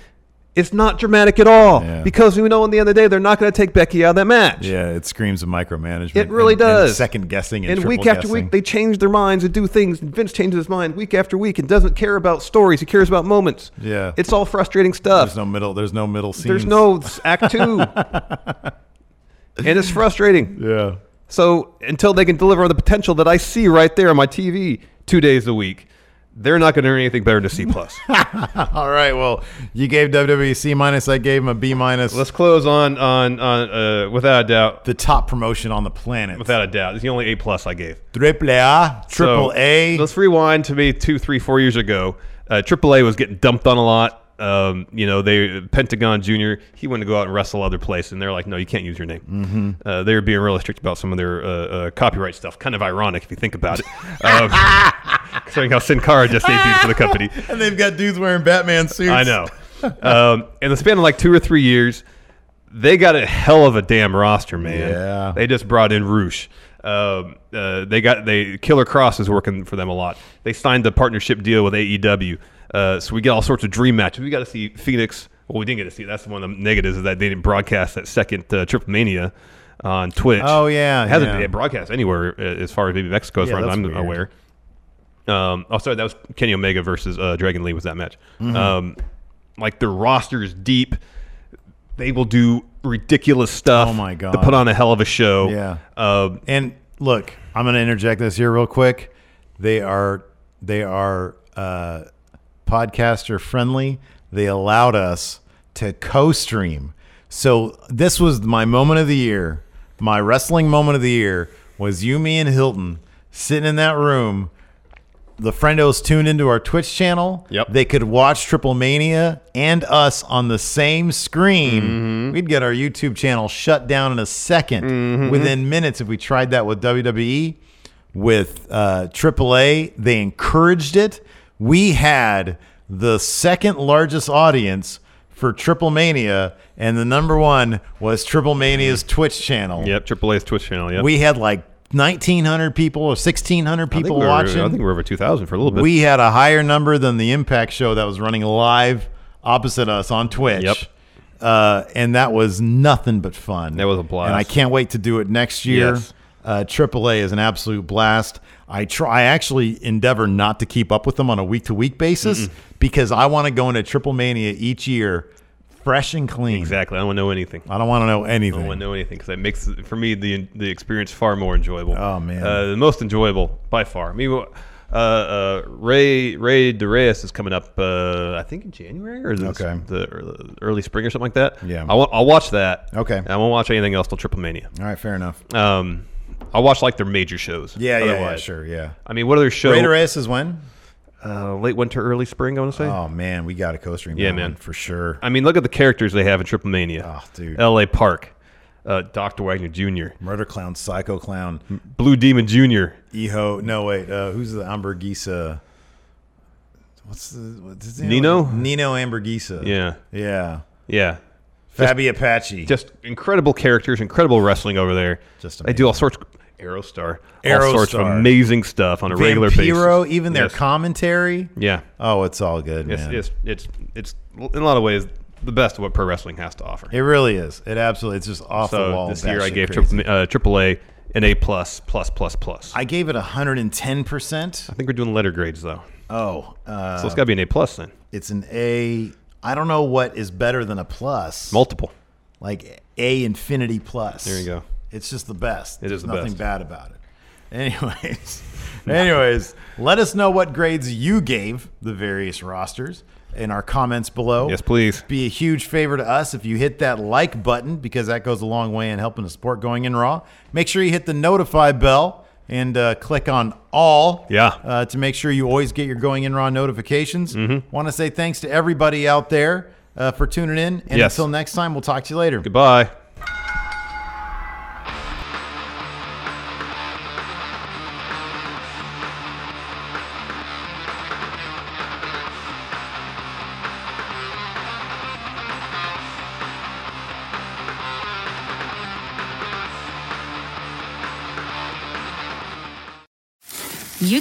[SPEAKER 2] It's not dramatic at all
[SPEAKER 1] Yeah.
[SPEAKER 2] because we know in the end of the day they're not going to take Becky out of that match.
[SPEAKER 1] Yeah, it screams of micromanagement.
[SPEAKER 2] It really
[SPEAKER 1] and- and
[SPEAKER 2] does.
[SPEAKER 1] second guessing and,
[SPEAKER 2] And week
[SPEAKER 1] triple
[SPEAKER 2] after
[SPEAKER 1] guessing.
[SPEAKER 2] week, they change their minds and do things. And Vince changes his mind week after week and doesn't care about stories. He cares about moments.
[SPEAKER 1] Yeah.
[SPEAKER 2] It's all frustrating stuff.
[SPEAKER 1] there's no middle. There's no middle scenes.
[SPEAKER 2] There's no, act two. and it's frustrating.
[SPEAKER 1] Yeah.
[SPEAKER 2] So until they can deliver on the potential that I see right there on my TV two days a week, they're not going to earn anything better than a C plus.
[SPEAKER 1] All right. Well, you gave WWE C minus. I gave him a B minus.
[SPEAKER 2] Let's close on on on uh, without a doubt.
[SPEAKER 1] the top promotion on the planet.
[SPEAKER 2] Without a doubt, it's the only A plus I gave.
[SPEAKER 1] triple A, triple
[SPEAKER 2] So,
[SPEAKER 1] A.
[SPEAKER 2] Let's rewind to me two, three, four years ago. Uh, Triple A was getting dumped on a lot. Um, you know, they Pentagon Junior. He wanted to go out and wrestle other place, and they're like, "No, you can't use your name."
[SPEAKER 1] Mm-hmm.
[SPEAKER 2] Uh, they were being really strict about some of their uh, uh, copyright stuff. Kind of ironic if you think about it, um, considering how Sin Cara just debuted for the company.
[SPEAKER 1] and they've got dudes wearing Batman suits.
[SPEAKER 2] I know. Um, in the span of like two or three years, they got a hell of a damn roster, man.
[SPEAKER 1] Yeah.
[SPEAKER 2] They just brought in Roosh. Um, uh, they got they Killer Cross is working for them a lot. They signed a partnership deal with AEW, uh, so we get all sorts of dream matches. We got to see Phoenix. Well, we didn't get to see. That's one of the negatives is that they didn't broadcast that second uh, Triple Mania on Twitch.
[SPEAKER 1] Oh, yeah,
[SPEAKER 2] It hasn't
[SPEAKER 1] yeah.
[SPEAKER 2] been broadcast anywhere uh, as far as maybe Mexico as
[SPEAKER 1] Yeah,
[SPEAKER 2] far as
[SPEAKER 1] that's
[SPEAKER 2] I'm
[SPEAKER 1] weird.
[SPEAKER 2] aware. Um, oh, sorry, that was Kenny Omega versus uh, Dragon Lee was that match.
[SPEAKER 1] Mm-hmm.
[SPEAKER 2] Um, like the roster is deep. They will do ridiculous stuff.
[SPEAKER 1] Oh, my God.
[SPEAKER 2] To put on a hell of a show.
[SPEAKER 1] Yeah.
[SPEAKER 2] Um,
[SPEAKER 1] And look, I'm going to interject this here real quick. They are they are uh, podcaster friendly. They allowed us to co-stream. So this was my moment of the year. My wrestling moment of the year was you, me, and Hilton sitting in that room the friendos tuned into our Twitch channel,
[SPEAKER 2] Yep.
[SPEAKER 1] they could watch Triple Mania and us on the same screen. We'd get our YouTube channel shut down in a 2nd within minutes if we tried that with E. WWE. With uh, AAA, they encouraged it. We had the second largest audience for Triple Mania, and the number one was Triple Mania's Twitch channel.
[SPEAKER 2] Yep, AAA's Twitch channel. Yep.
[SPEAKER 1] We had like 1,900 people or 1,600
[SPEAKER 2] I think
[SPEAKER 1] people
[SPEAKER 2] we're-
[SPEAKER 1] watching.
[SPEAKER 2] I think we're over two thousand for a little bit.
[SPEAKER 1] We had a higher number than the Impact show that was running live opposite us on Twitch.
[SPEAKER 2] Yep.
[SPEAKER 1] Uh, and that was nothing but fun.
[SPEAKER 2] That was a blast.
[SPEAKER 1] And I can't wait to do it next year.
[SPEAKER 2] Yes.
[SPEAKER 1] Uh, AAA is an absolute blast. I try. I actually endeavor not to keep up with them on a week to week basis because I want to go into Triple Mania each year, fresh and clean.
[SPEAKER 2] exactly. I don't want to know anything.
[SPEAKER 1] I don't want to know
[SPEAKER 2] I
[SPEAKER 1] anything.
[SPEAKER 2] don't want to know anything because that makes for me the the experience far more enjoyable.
[SPEAKER 1] Oh, man.
[SPEAKER 2] uh, the most enjoyable by far. I mean, uh, uh, Ray Ray DeReyes is coming up. Uh, I think in January or is it
[SPEAKER 1] Okay.
[SPEAKER 2] the early spring or something like that.
[SPEAKER 1] Yeah.
[SPEAKER 2] I will watch that.
[SPEAKER 1] Okay.
[SPEAKER 2] And I won't watch anything else till Triple Mania.
[SPEAKER 1] All right, fair enough.
[SPEAKER 2] Um, I'll watch like their major shows.
[SPEAKER 1] yeah, yeah, yeah,
[SPEAKER 2] otherwise.
[SPEAKER 1] sure, yeah.
[SPEAKER 2] I mean, what other show?
[SPEAKER 1] Raider S is when?
[SPEAKER 2] uh, late winter, early spring. I want to say.
[SPEAKER 1] Oh man, we got a co-stream.
[SPEAKER 2] Yeah,
[SPEAKER 1] that
[SPEAKER 2] man.
[SPEAKER 1] one for sure.
[SPEAKER 2] I mean, look at the characters they have in Triple Mania.
[SPEAKER 1] Oh, dude.
[SPEAKER 2] L.A. Park, uh, Doctor Wagner Jr.,
[SPEAKER 1] Murder Clown, Psycho Clown,
[SPEAKER 2] Blue Demon Jr.
[SPEAKER 1] Eho. No, wait. Uh, who's the Ambergisa? What's the what's his name?
[SPEAKER 2] Nino?
[SPEAKER 1] Nino Ambergisa.
[SPEAKER 2] Yeah.
[SPEAKER 1] Yeah.
[SPEAKER 2] Yeah.
[SPEAKER 1] Fabi Apache.
[SPEAKER 2] Just incredible characters, incredible wrestling over there.
[SPEAKER 1] Just
[SPEAKER 2] they do all sorts. Aerostar, all sorts of
[SPEAKER 1] Aerostar.
[SPEAKER 2] amazing stuff on a regular
[SPEAKER 1] Vampiro,
[SPEAKER 2] basis.
[SPEAKER 1] even their
[SPEAKER 2] Yes.
[SPEAKER 1] commentary.
[SPEAKER 2] yeah,
[SPEAKER 1] Oh, it's all good,
[SPEAKER 2] it's,
[SPEAKER 1] man.
[SPEAKER 2] it's it's it's in a lot of ways the best of what pro wrestling has to offer.
[SPEAKER 1] It really is. It absolutely. It's just off the
[SPEAKER 2] so
[SPEAKER 1] wall.
[SPEAKER 2] this year I
[SPEAKER 1] batshit
[SPEAKER 2] gave
[SPEAKER 1] crazy.
[SPEAKER 2] triple, uh, AAA an A plus plus plus plus. I,
[SPEAKER 1] I gave it hundred and ten percent.
[SPEAKER 2] think we're doing letter grades though,
[SPEAKER 1] Oh, uh,
[SPEAKER 2] so it's got to be an A plus then.
[SPEAKER 1] it's an A. I don't know what is better than a plus.
[SPEAKER 2] Multiple.
[SPEAKER 1] like A infinity plus.
[SPEAKER 2] There you go.
[SPEAKER 1] It's just the best.
[SPEAKER 2] It is
[SPEAKER 1] There's
[SPEAKER 2] the
[SPEAKER 1] nothing
[SPEAKER 2] best.
[SPEAKER 1] bad about it. Anyways, anyways, let us know what grades you gave the various rosters in our comments below.
[SPEAKER 2] Yes, please.
[SPEAKER 1] Be a huge favor to us if you hit that like button because that goes a long way in helping to support going in raw. Make sure you hit the notify bell and uh, click on all
[SPEAKER 2] Yeah.
[SPEAKER 1] uh, to make sure you always get your going in raw notifications.
[SPEAKER 2] Mm-hmm.
[SPEAKER 1] Want to say thanks to everybody out there uh, for tuning in. And
[SPEAKER 2] Yes.
[SPEAKER 1] until next time, we'll talk to you later.
[SPEAKER 2] Goodbye.
[SPEAKER 3] you